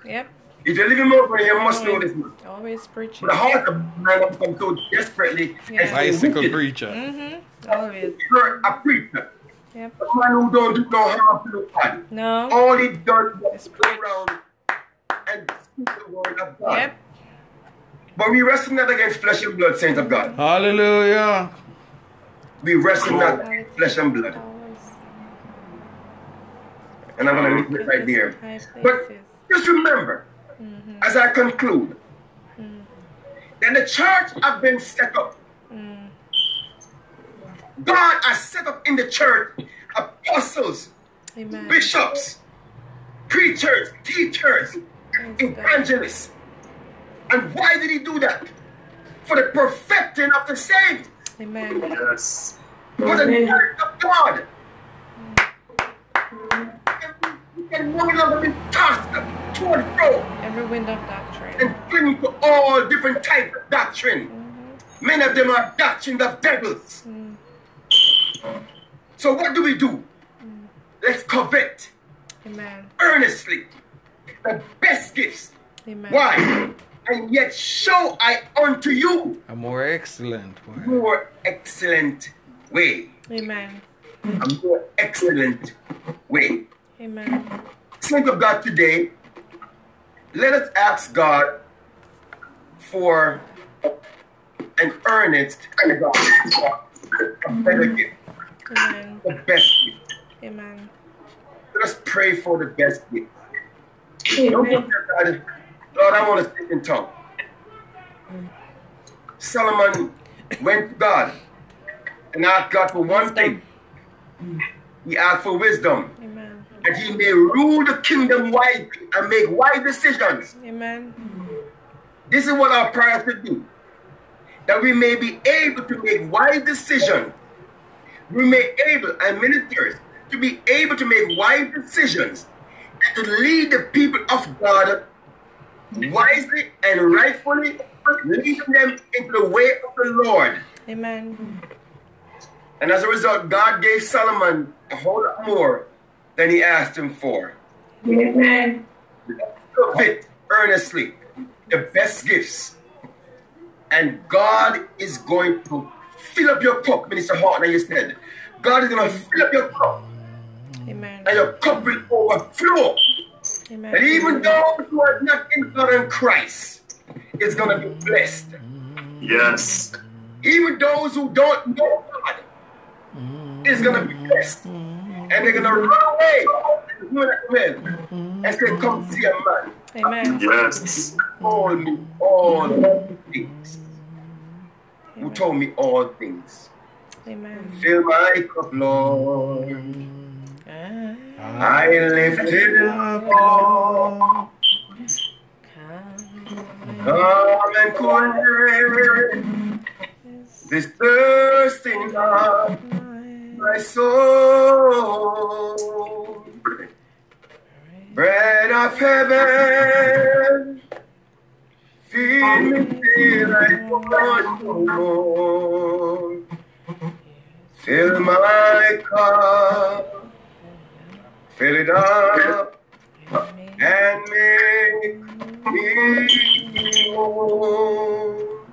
Yep.
If you're living over, you must
Oh,
know this man.
Always preaching.
The heart of man has come so desperately
Yeah.
and so
Bicycle
wicked.
preacher.
Mm-hmm. Always.
You're a preacher.
Yep.
A man who don't do no harm to nobody.
No.
All he does
It's
is go
preach.
around and speak the word of God.
Yep.
But we wrestle not against flesh and blood, saints of God.
Hallelujah.
We wrestle not
Glory.
flesh and blood.
Always.
And I'm going to leave it right there. But just remember,
Mm-hmm.
as I conclude,
Mm.
that the church have been set up.
Mm.
God has set up in the church apostles,
Amen.
bishops, preachers, teachers,
Praise God.
evangelists. And why did he do that? For the perfecting of the saints,
Amen.
Yes.
for the
Amen.
church of God. We can no longer be tossed to and fro
Every wind of doctrine.
and clinging to all different types of doctrine.
Mm-hmm.
Many of them are doctrines of devils.
Mm.
So what do we do?
Mm.
Let's covet
Amen.
earnestly the best gifts.
Amen. Mm.
Why? And yet show I unto you
A more excellent one.
more excellent way.
Amen.
A more excellent way.
Amen.
Saint of God today, let us ask God for an earnest a better gift,
Amen.
the best gift.
Amen.
Let us pray for the best gift. Don't
Amen.
look at God. Lord, I want to speak in tongue. Solomon went to God and asked God for one thing. He asked for wisdom
Amen.
that he may rule the kingdom wisely and make wise decisions.
Amen.
This is what our prayers should do. That we may be able to make wise decisions. We may able, and ministers, to be able to make wise decisions and to lead the people of God wisely and rightfully, leading them into the way of the Lord.
Amen.
And as a result, God gave Solomon a whole lot more than he asked him for.
Amen.
covet earnestly the best gifts. And God is going to fill up your cup, Minister Hart, and you said, God is going to fill up your cup,
Amen.
and your cup will overflow. And
Amen.
even those who are not in God and Christ is going to be blessed.
Yes.
Even those who don't know God is going to be blessed. And they're going to run away and do that well and say, Come see a man.
Amen.
Yes.
all me all things, who told me all things.
Amen.
Fill my cup, Lord.
Ah,
I lift it up, Lord.
come,
Come and quench
this
this thirsting heart,
night,
my soul. Bread of heaven, feed me till I want no more. Fill my cup, fill it up, and make me whole.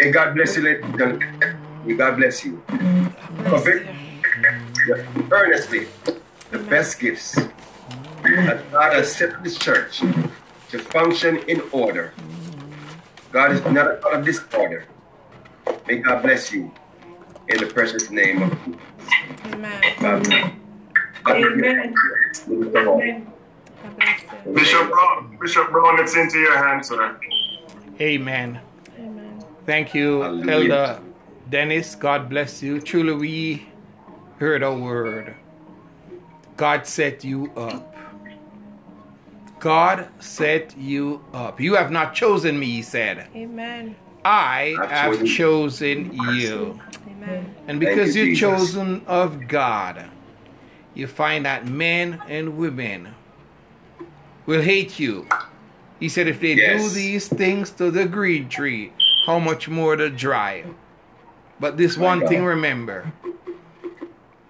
May God bless you, ladies and gentlemen. May God bless you. Covet earnestly the best gifts that God has set this church to function in order. God is not a part of disorder. May God bless you in the precious name of
Amen.
God.
Amen. Amen.
God bless you.
Bishop Brown, Bishop Brown, it's into your hands, sir.
Amen.
Amen.
Thank you,
Hallelujah.
Elder Dennis. God bless you. Truly, we heard a word. God set you up. God set you up. You have not chosen me, he said.
Amen.
I
I've
have chosen
chosen
you.
Amen.
And
Thank
because
you,
you're
Jesus.
chosen of God, you find that men and women will hate you, He said, if they
Yes.
do these things to the green tree, how much more the dry? But this
My
one thing
God.
remember,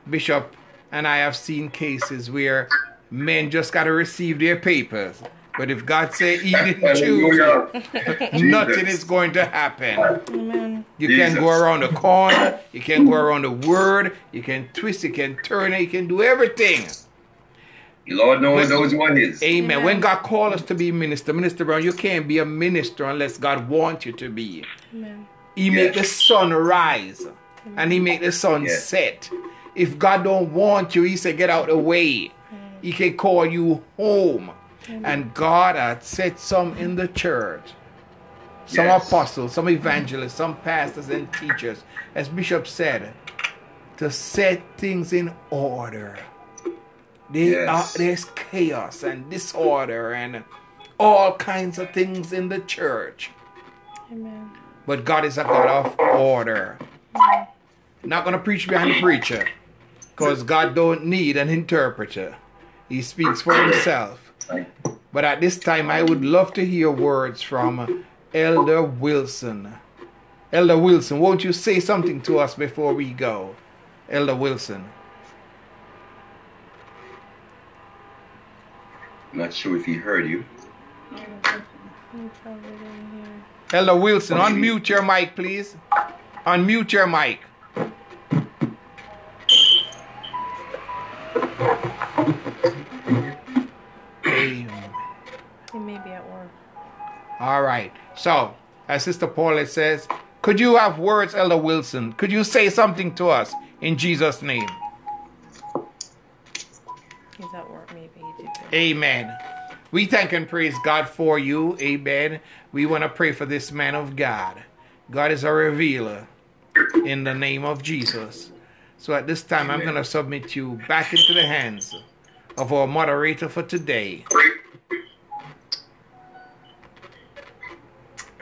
Bishop and I have seen cases where men just got to receive their papers. But if God say he didn't choose it,
(laughs) Hallelujah.
nothing
Jesus.
is going to happen.
Amen.
You
Jesus.
can go around the corner, you can go around the word, you can twist, you can turn it, you can do everything.
Lord knows those one is.
Amen. When God called us to be minister, Minister Brown, you can't be a minister unless God wants you to be.
Amen.
He make
Yes.
the sun rise and he make the sun
Yes.
set. If God don't want you, he said, get out the way. He can call you home. And God had set some in the church. Some
Yes.
apostles, some evangelists, some pastors and teachers, as Bishop said, to set things in order. They
Yes.
are, there's chaos and disorder and all kinds of things in the church.
Amen.
But God is a God of order. Not gonna preach behind the preacher, cause God don't need an interpreter. He speaks for himself. But at this time, I would love to hear words from Elder Wilson. Elder Wilson, won't you say something to us before we go, Elder Wilson?
I'm not sure if he heard you.
You probably didn't hear.
Elder Wilson, unmute your mic, please. Unmute your mic. Amen.
He may be at work.
All right. So, as Sister Paula says, could you have words, Elder Wilson? Could you say something to us in Jesus' name?
He's at work. Maybe he did.
Amen. We thank and praise God for you. Amen. We want to pray for this man of God. God is a revealer in the name of Jesus. So at this time, I'm
Amen.
going to submit you back into the hands of our moderator for today.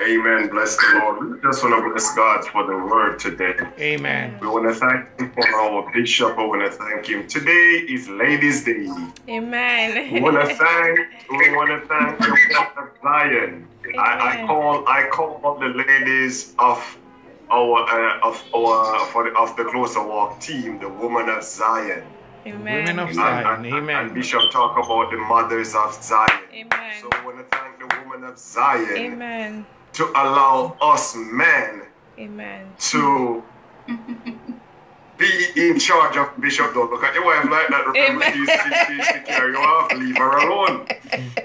Amen. Bless the Lord. We just want to bless God for the word today.
Amen.
We want to thank him for our bishop. We want to thank him. Today is Ladies' Day.
Amen.
We want
(laughs)
to thank. We want to thank Dr. Zion. I, I
Amen.
call. I call all the ladies of our uh, of our for the, of the closer walk team, the woman of Zion.
Amen.
Women of
And-
Zion.
and- and- And
Amen.
Bishop talk about the mothers of Zion.
Amen.
So we want to thank the woman of Zion
Amen.
to allow us men
Amen.
to be in charge of Bishop though. Look at your wife like that. Remember,
Amen.
she's, she's, she's to carry you off. Leave her alone.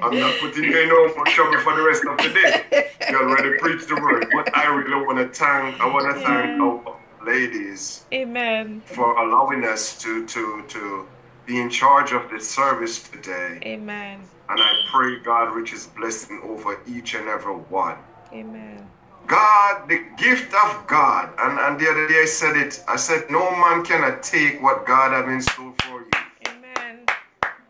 I'm not putting you in no for trouble for the rest of the day. You already preached the word. But I really want to thank, I want to thank our ladies
Amen.
for allowing us to, to, to be in charge of this service today.
Amen.
And I pray God riches blessing over each and every one.
Amen.
God, the gift of God. And, and the other day I said it. I said, no man cannot take what God have in store for you.
Amen.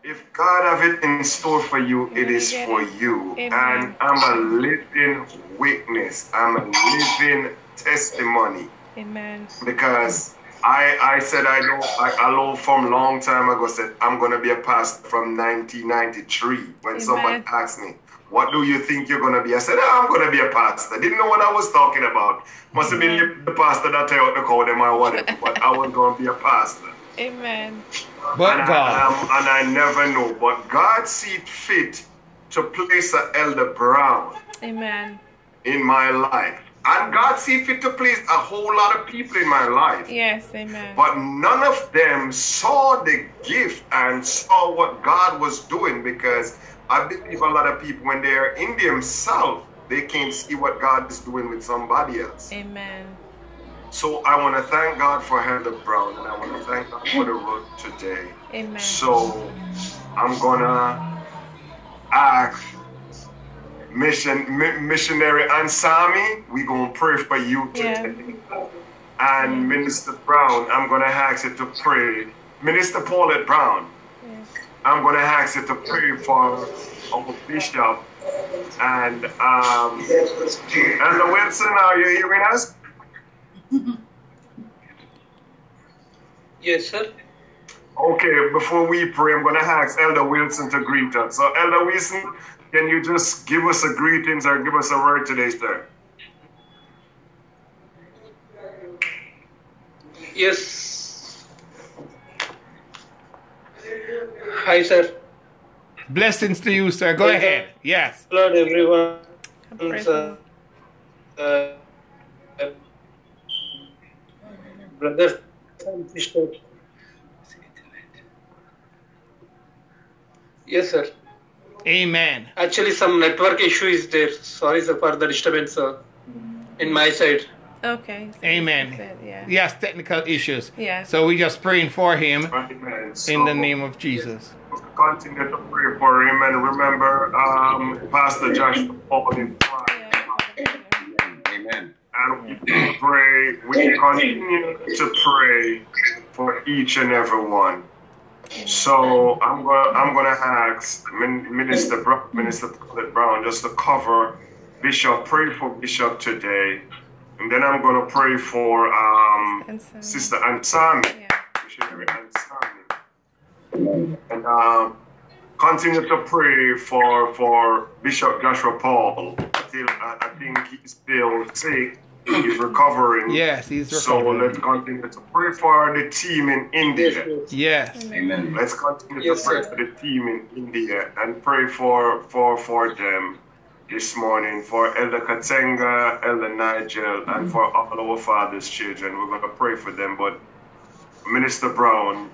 If God have it in store for you,
You
it is
get
for
it.
you.
Amen.
And I'm a living witness. I'm a living testimony
Amen.
because I I said I know I, I know from long time ago said I'm gonna be a pastor from 1993 when
Amen.
someone asked me. What do you think you're gonna be? I said, "Ah, I'm gonna be a pastor. Didn't know what I was talking about. Must have been the pastor that I ought to call them or whatever, but I was gonna be a pastor.
Amen.
But
and
God.
I, I, and I never know. But God see fit to place a elder Brown
Amen.
in my life. And God see fit to place a whole lot of people in my life.
Yes. Amen.
But none of them saw the gift and saw what God was doing because I believe a lot of people, when they're in themselves, they can't see what God is doing with somebody else.
Amen.
So I want to thank God for Heather Brown and I want to thank God for the road today.
Amen.
So I'm gonna ask mission mi- missionary Ansami. We gonna pray for you
Yeah.
today. And Minister Brown, I'm gonna ask you to pray. Minister Paulette Brown,
Yes.
I'm gonna ask you to pray for our bishop and um Elder Wilson. Are you hearing us?
Yes, sir.
Okay, before we pray, I'm going to ask Elder Wilson to greet us. So, Elder Wilson, Can you just give us a greetings or give us a word today, sir?
Yes. Hi, sir.
Blessings to you, sir. Go
Yes, sir.
ahead. Yes.
Lord, everyone. Sir.
Praise
Uh, brothers and sisters. Yes, sir.
Amen.
Actually, some network issue is there. Sorry, sir, for the disturbance sir, in my side.
Okay. so
Amen.
that's it, Yeah.
Yes, technical issues.
Yeah.
So we just praying for him
Amen. So-
in the name of Jesus.
continue to pray for him and remember um, Pastor Joshua Paul in prayer.
Yeah.
Amen.
And we pray, we continue to pray for each and every one. So I'm gonna I'm gonna ask Min- Minister Bro- Minister Paulette Brown just to cover Bishop. Pray for Bishop today, and then I'm gonna pray for um,
And so-
Sister Ansami.
Yeah.
missionary and son. And um, continue to pray for for Bishop Joshua Paul. Still, I, I think he's still sick. He's recovering.
Yes, he's
So let's
recovering.
continue to pray for the team in
Yes,
India.
yes.
Yes.
Amen.
Let's continue
Yes,
to pray
sir.
for the team in India and pray for for for them this morning for Elder Katenga, Elder Nigel, and for all our father's children. We're gonna pray for them, but Minister Brown,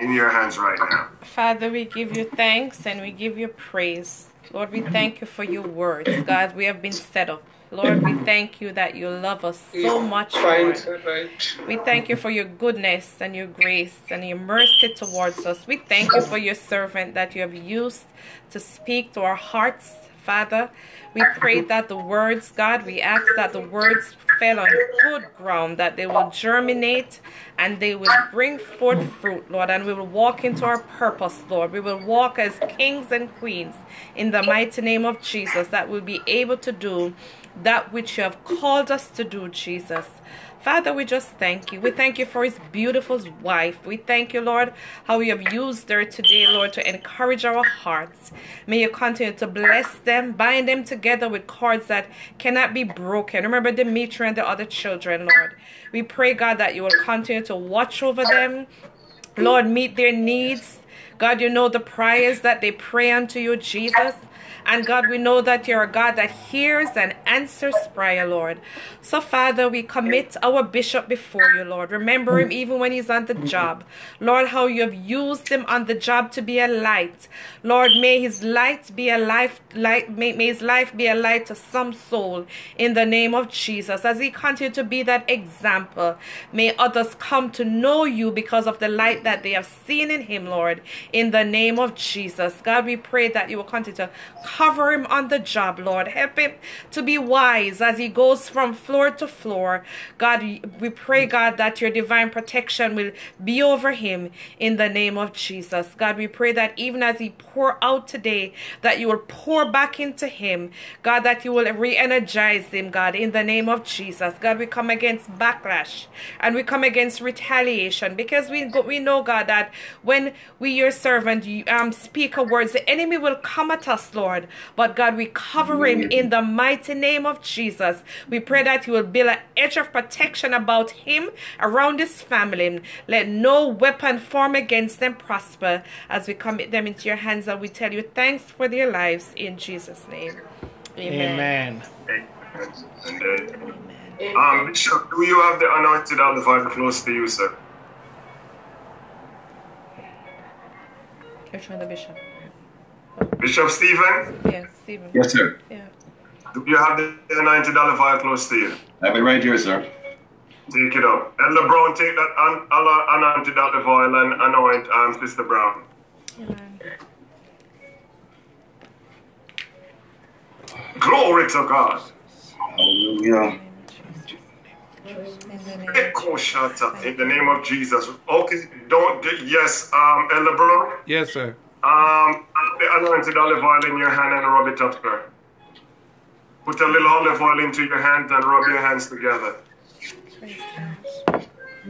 in your hands right now.
Father, we give you thanks and we give you praise. Lord, we thank you for your words. God, we have been set up. Lord, we thank you that you love us so much.
Fine,
Lord.
sir, right.
We thank you for your goodness and your grace and your mercy towards us. We thank you for your servant that you have used to speak to our hearts, Father. We pray that the words, God, we ask that the words fell on good ground, that they will germinate and they will bring forth fruit, Lord, and we will walk into our purpose, Lord. We will walk as kings and queens in the mighty name of Jesus, that we'll be able to do that which you have called us to do, Jesus. Father, we just thank you. We thank you for his beautiful wife. We thank you, Lord, how you have used her today, Lord, to encourage our hearts. May you continue to bless them, bind them together with cords that cannot be broken. Remember Demetri and the other children, Lord. We pray, God, that you will continue to watch over them. Lord, meet their needs. God, you know the prayers that they pray unto you, Jesus. And God, we know that you're a God that hears and answers prayer, Lord. So, Father, we commit our bishop before you, Lord. Remember him even when he's on the job. Lord, how you have used him on the job to be a light. Lord, may his light be a life, light, may, may his life be a light to some soul in the name of Jesus. As he continues to be that example, may others come to know you because of the light that they have seen in him, Lord, in the name of Jesus. God, we pray that you will continue to cover him on the job, Lord. Help him to be wise as he goes from floor to floor. God, we pray, God, that your divine protection will be over him in the name of Jesus. God, we pray that even as he pour out today, that you will pour back into him. God, that you will re-energize him, God, in the name of Jesus. God, we come against backlash and we come against retaliation because we go, we know, God, that when we, your servant, you, um, speak a words, the enemy will come at us, Lord. But God, we cover him in the mighty name of Jesus. We pray that you will build an edge of protection about him, around his family. Let no weapon form against them prosper as we commit them into your hands and we tell you thanks for their lives in Jesus' name.
Amen.
And, uh, um, Bishop, do you have the anointed olive oil close to you, sir?
Which one, the bishop?
Bishop Stephen,
Yeah, Stephen.
Yes, sir.
Yeah.
do you have the anointed olive oil close to you?
I'll be right here, sir.
Take it up. Elder Brown, take that un- ala- anointed olive oil and anoint um, Sister Brown.
Amen.
Glory to God.
Hallelujah.
In the name of
Echo
Jesus.
shout out in the name of Jesus. Okay, don't yes, um, Elder Brown.
Yes, sir.
Um, put the anointed olive oil in your hand and rub it up there. Put a little olive oil into your hand and rub your hands together.
Praise God.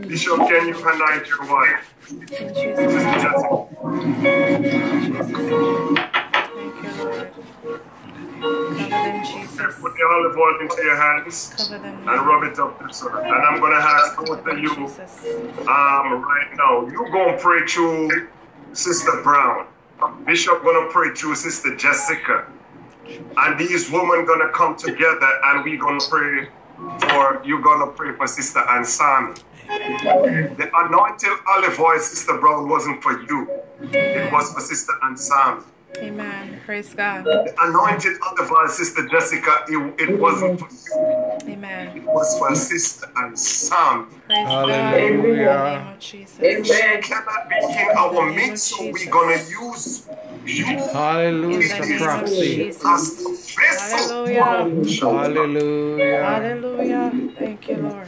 Bishop, can you anoint your wife?
In Jesus' name.
Just-
Jesus' name. Thank you, Cover them, Jesus.
Put the olive oil into your hands
Cover them.
and rub it up this one. And I'm gonna ask both
Cover
of
them,
you
Jesus.
um right now. You gonna pray to Sister Brown. Bishop gonna pray to Sister Jessica. And these women gonna come together and we gonna pray for you gonna pray for Sister Ansami. The anointed olive oil, Sister Brown, wasn't for you. It was for Sister Ansami.
Amen. Praise God.
The anointed olive oil, Sister Jessica, it, it wasn't for you.
Amen.
was for sister and son.
Praise God. In the name
Hallelujah.
of Jesus.
She cannot be in our midst, so we're gonna use you
In
Hallelujah.
the
It's a
name of
prophecy.
as
Jesus.
the vessel.
Hallelujah.
Hallelujah.
Hallelujah. Thank you, Lord.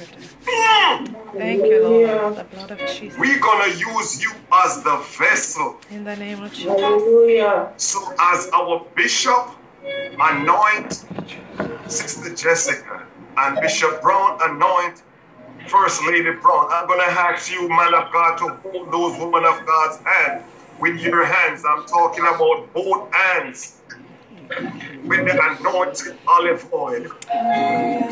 Thank you, Lord. The blood of Jesus.
We're gonna use you as the vessel.
In the name of Jesus.
Hallelujah.
So as our bishop, anoint Sister Jessica and Bishop Brown anoint First Lady Brown. I'm gonna ask you, man of God, to hold those women of God's hand with your hands. I'm talking about both hands with the anointed olive oil. And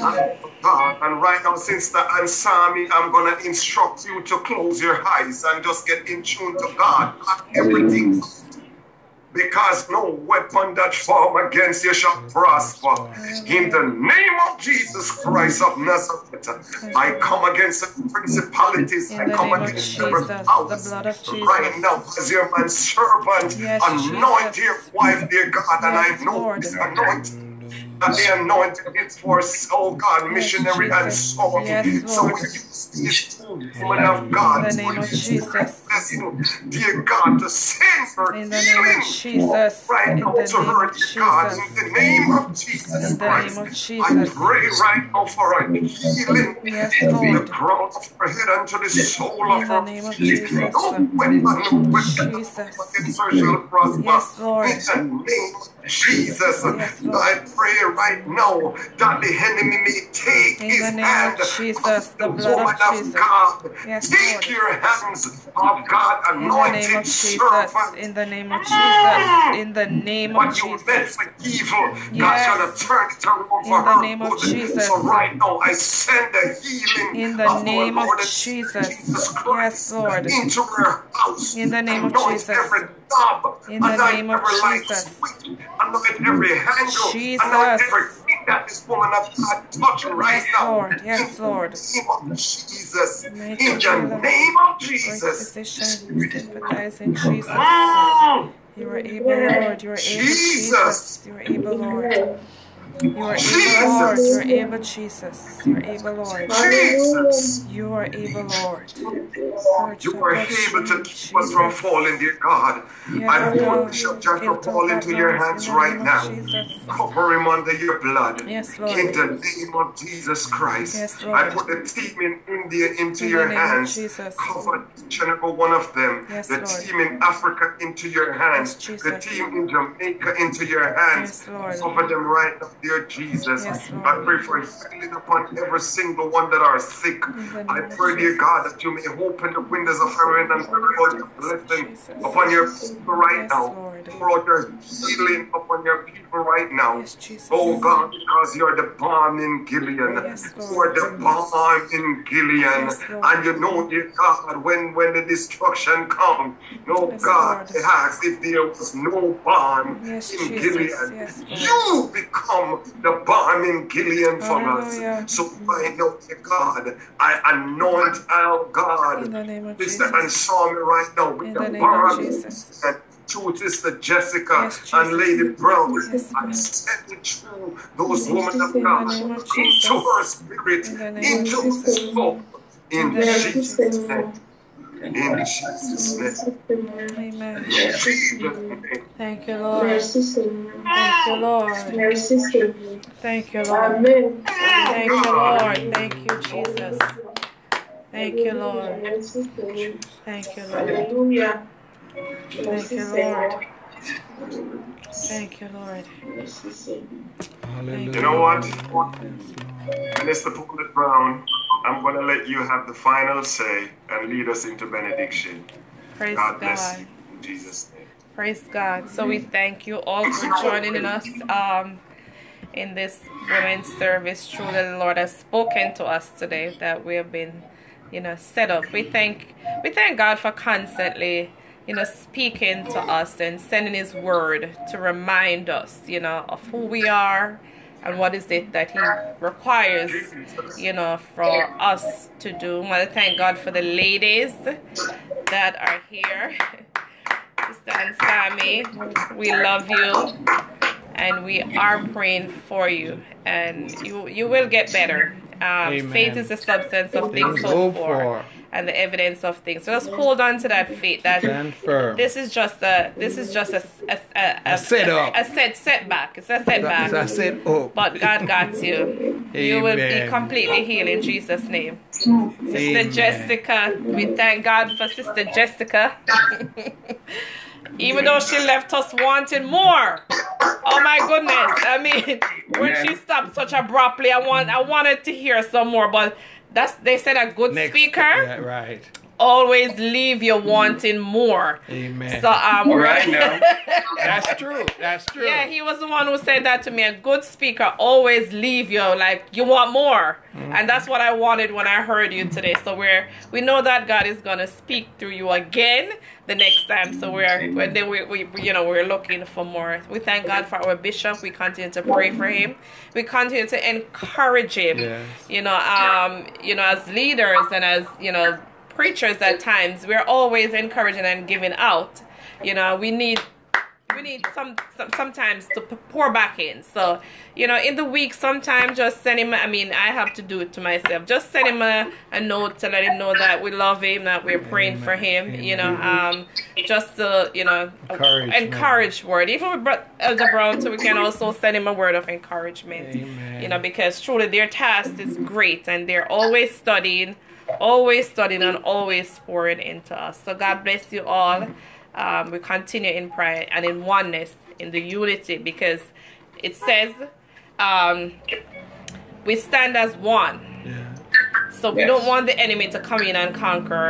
God, and right now, Sister Ansami, I'm gonna instruct you to close your eyes and just get in tune to God. Everything because no weapon that form against you shall prosper. In the name of Jesus Christ of Nazareth, I come against the principalities,
In
I
the
come
name of
against
Jesus,
every
the
powers.
blood of
Right
Jesus.
now, as your man servant,
Yes,
anoint
Jesus.
your wife, dear God, and
Yes,
I know
Lord.
this anointing that they anointed it for, oh God, missionary and
Jesus.
soul.
Yes,
So we
Lord.
use these two women of God
In the
to
name
use
of
that
Jesus.
vessel, dear God, to send for
In the name
healing
of Jesus.
right
In
now
the
to
name
her,
of
dear God, in
Jesus.
the name of Jesus
In the name
Christ.
of
I
Jesus.
pray right now for a healing
Yes,
from the
Lord.
crown of her head unto the sole of
In the
her
name of
feet.
Jesus.
No weapon, no weapon that
Jesus.
form against her shall
Yes,
prosper.
Lord.
In the name of Jesus,
Yes, Lord.
I pray right now that the enemy may take
In
his
the name
hand
of Jesus,
off
the
the
blood
woman
of
of
Jesus.
God.
Yes,
Take
Lord.
your hands of God,
In the name of
anointed
Jesus.
servant.
In the name of Jesus. In the name of
What you meant
Jesus.
for evil, God's gonna
Yes.
turn it around for
In the
her
name of
good.
Jesus.
So right now, I send the healing
In
of
the
our
name of
Lord and Savior Jesus
Jesus. Yes,
Christ
Lord.
into her house.
In the name of
Anoint
Jesus.
every knob,
In the
anoint
name of
every light
Jesus.
switch, anoint every angle, anoint
Jesus.
everything that this woman of God touching right
Yes,
now.
Lord.
In
Yes,
the
Lord.
name of Jesus,
Make
in
a
the
healer.
name of
Great
Jesus.
physician. We sympathize in Jesus.
Mm,
You are able, Lord. You are able, Jesus.
Jesus,
You are able, Lord.
Amen.
You are able, Lord. You
Jesus,
are able, Jesus. You are able, Lord.
Jesus.
You are able, Lord. Purge
You
the
were
blood
able to
stream,
keep us from
Jesus.
falling, dear God.
Yes,
I pour
God.
Bishop Joshua
Filter
Paul
blood
into your
runs in
hands
the
right
name of
now.
Jesus.
Cover him under your blood.
Yes,
In
Lord.
the name of Jesus Christ,
Yes,
I
Lord.
put the team in India into
In the
your
name of
hands.
Jesus.
Cover each and every one of them.
Yes,
The
Lord.
team in Africa into your
Yes,
hands. The
Jesus.
team in Jamaica into your hands.
Yes, Lord.
Cover them right now, dear Jesus.
Yes,
I
Lord.
pray for healing upon every single one that are sick.
In the
I
name of
pray, dear God,
Jesus.
that you may open the windows of heaven and pour out your blessing
Jesus.
upon your people right
Yes,
now.
Lord.
Pour out your healing upon your people right now.
Yes,
Oh
Jesus.
God, because you're the balm in Gilead.
Yes,
You're
Lord.
the balm in Gilead.
Yes,
And
Lord.
you know, dear God, when, when the destruction comes, no
Yes,
God,
Lord.
they ask if there was no balm
Yes,
in
Jesus.
Gilead.
Yes, Lord.
You become the balm in Gilead for us.
Hallelujah.
So right now, dear God, I anoint our
In
God
the name of
Sister
Jesus.
Anselmi right now with
In
the
the name of
barb
Jesus.
and to Sister Jessica
Yes,
and
Jesus.
Lady Brown.
Yes,
I
God.
send it through those women of
In the
God
name of
into her
Jesus.
spirit,
In the name of
into her
Jesus.
soul,
In
in
the name of
Jesus'
Jesus.
name, in Jesus' name,
Amen.
in Jesus' name.
Thank you, Lord. Thank you, Lord. Thank you, Lord.
Amen.
Thank you,
God,
Lord. Thank you, Jesus. Thank you, Lord. Thank you, Lord.
Hallelujah.
Thank you, Lord. Thank you, Lord. Thank
you
you,
know
Lord.
what?
Hallelujah.
Minister Paulette Brown, I'm going to let you have the final say and lead us into benediction.
Praise
God bless
God.
you in Jesus' name.
Praise God. So we thank you all for joining in us. Um, in this women's service. Truly, the Lord has spoken to us today that we have been, you know, set up. We thank we thank God for constantly, you know, speaking to us and sending His Word to remind us, you know, of who we are and what is it that He requires, you know, for us to do. I want to thank God for the ladies that are here. (laughs) Sister and Sammy, we love you and we are praying for you and you you will get better um,
Amen.
faith is the substance of things
Things hoped
hoped for
for.
and the evidence of things so just hold on to that faith that
Stand firm.
this is just a this is just a a, a,
A setup.
a, set setback it's a
As I
setback
said, oh,
but God got you you will be
Amen.
completely healed in Jesus name Sister
Amen.
Jessica, we thank God for Sister Jessica. (laughs) Even though she left us wanting more. Oh my goodness. I mean, (laughs) when she stopped such abruptly, I want I wanted to hear some more, but that's they said a good
Next.
speaker
Yeah, right.
always leave you wanting more.
Amen.
So um
All right now.
That's true. That's true.
Yeah, he was the one who said that to me. A good speaker always leave you like you want more, and that's what I wanted when I heard you today. So we're we know that God is gonna speak through you again the next time. So we're
Amen.
when then we, we we, you know we're looking for more. We thank God for our bishop. We continue to pray for him. We continue to encourage him
Yes.
you know um you know as leaders and as you know preachers at times we're always encouraging and giving out you know we need we need some, some sometimes to p- pour back in so you know in the week sometimes just send him i mean i have to do it to myself just send him a, a note to let him know that we love him that we're praying for him you know um just to you know
Encouragement.
encourage word even with Bro- elder brown so we can also send him a word of encouragement
Amen.
you know because truly their task is great and they're always studying always studying and always pouring into us so god bless you all um, we continue in prayer and in oneness in the unity because it says um, we stand as one
Yeah.
so we
Yes.
don't want the enemy to come in and conquer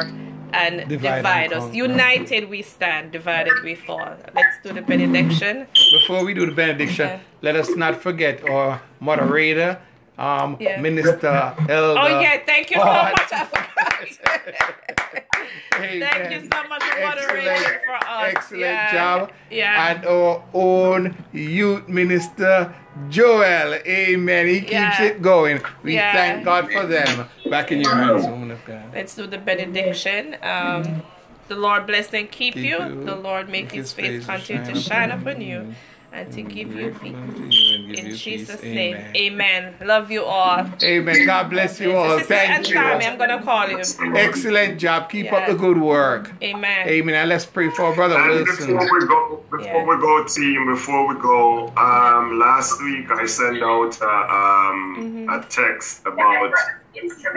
and divide,
Divide and
us.
conquer.
United we stand, divided we fall. Let's do the benediction.
Before we do the benediction,
Okay.
let us not forget our moderator, um,
Yeah.
Minister Elder.
Oh yeah, thank you so
Oh,
much. I
(laughs)
forgot. thank you so much for moderating
Excellent,
for us.
excellent
yeah.
job.
Yeah.
And our own youth minister, Joel. Amen. He keeps
Yeah.
it going. We
Yeah.
thank God for them. Back in your hands, woman of God.
Let's do the benediction. Um, the Lord bless and keep,
Keep
you.
you.
The Lord make his, face continue to shine upon you and to give you peace. In Jesus' name,
Amen.
amen. Love you all.
Amen. God bless you all.
Sister
Thank you.
Antami, I'm gonna call you.
Excellent job. Keep up
Yeah.
the good work.
Amen.
Amen. And let's pray for our brother
And
Wilson.
before we go, before
Yeah.
we go, team, before we go, um, last week I sent out uh,
Mm-hmm.
um, a text about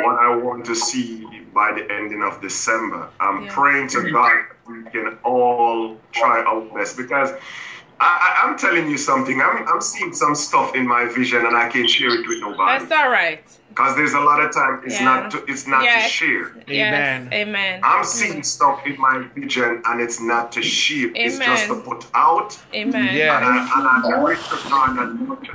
what I want to see by the ending of December. I'm
Yeah.
praying to God we can all try our best because. I, I, I'm telling you something. I'm, I'm seeing some stuff in my vision, and I can't share it with nobody.
That's all right.
Because there's a lot of time it's
Yeah.
not to, it's not to
Yes.
share.
Amen.
Yes. Amen.
I'm seeing stuff in my vision and it's not to ship. It's just to
Amen.
put out.
Amen.
Yeah.
And I, and I pray to God that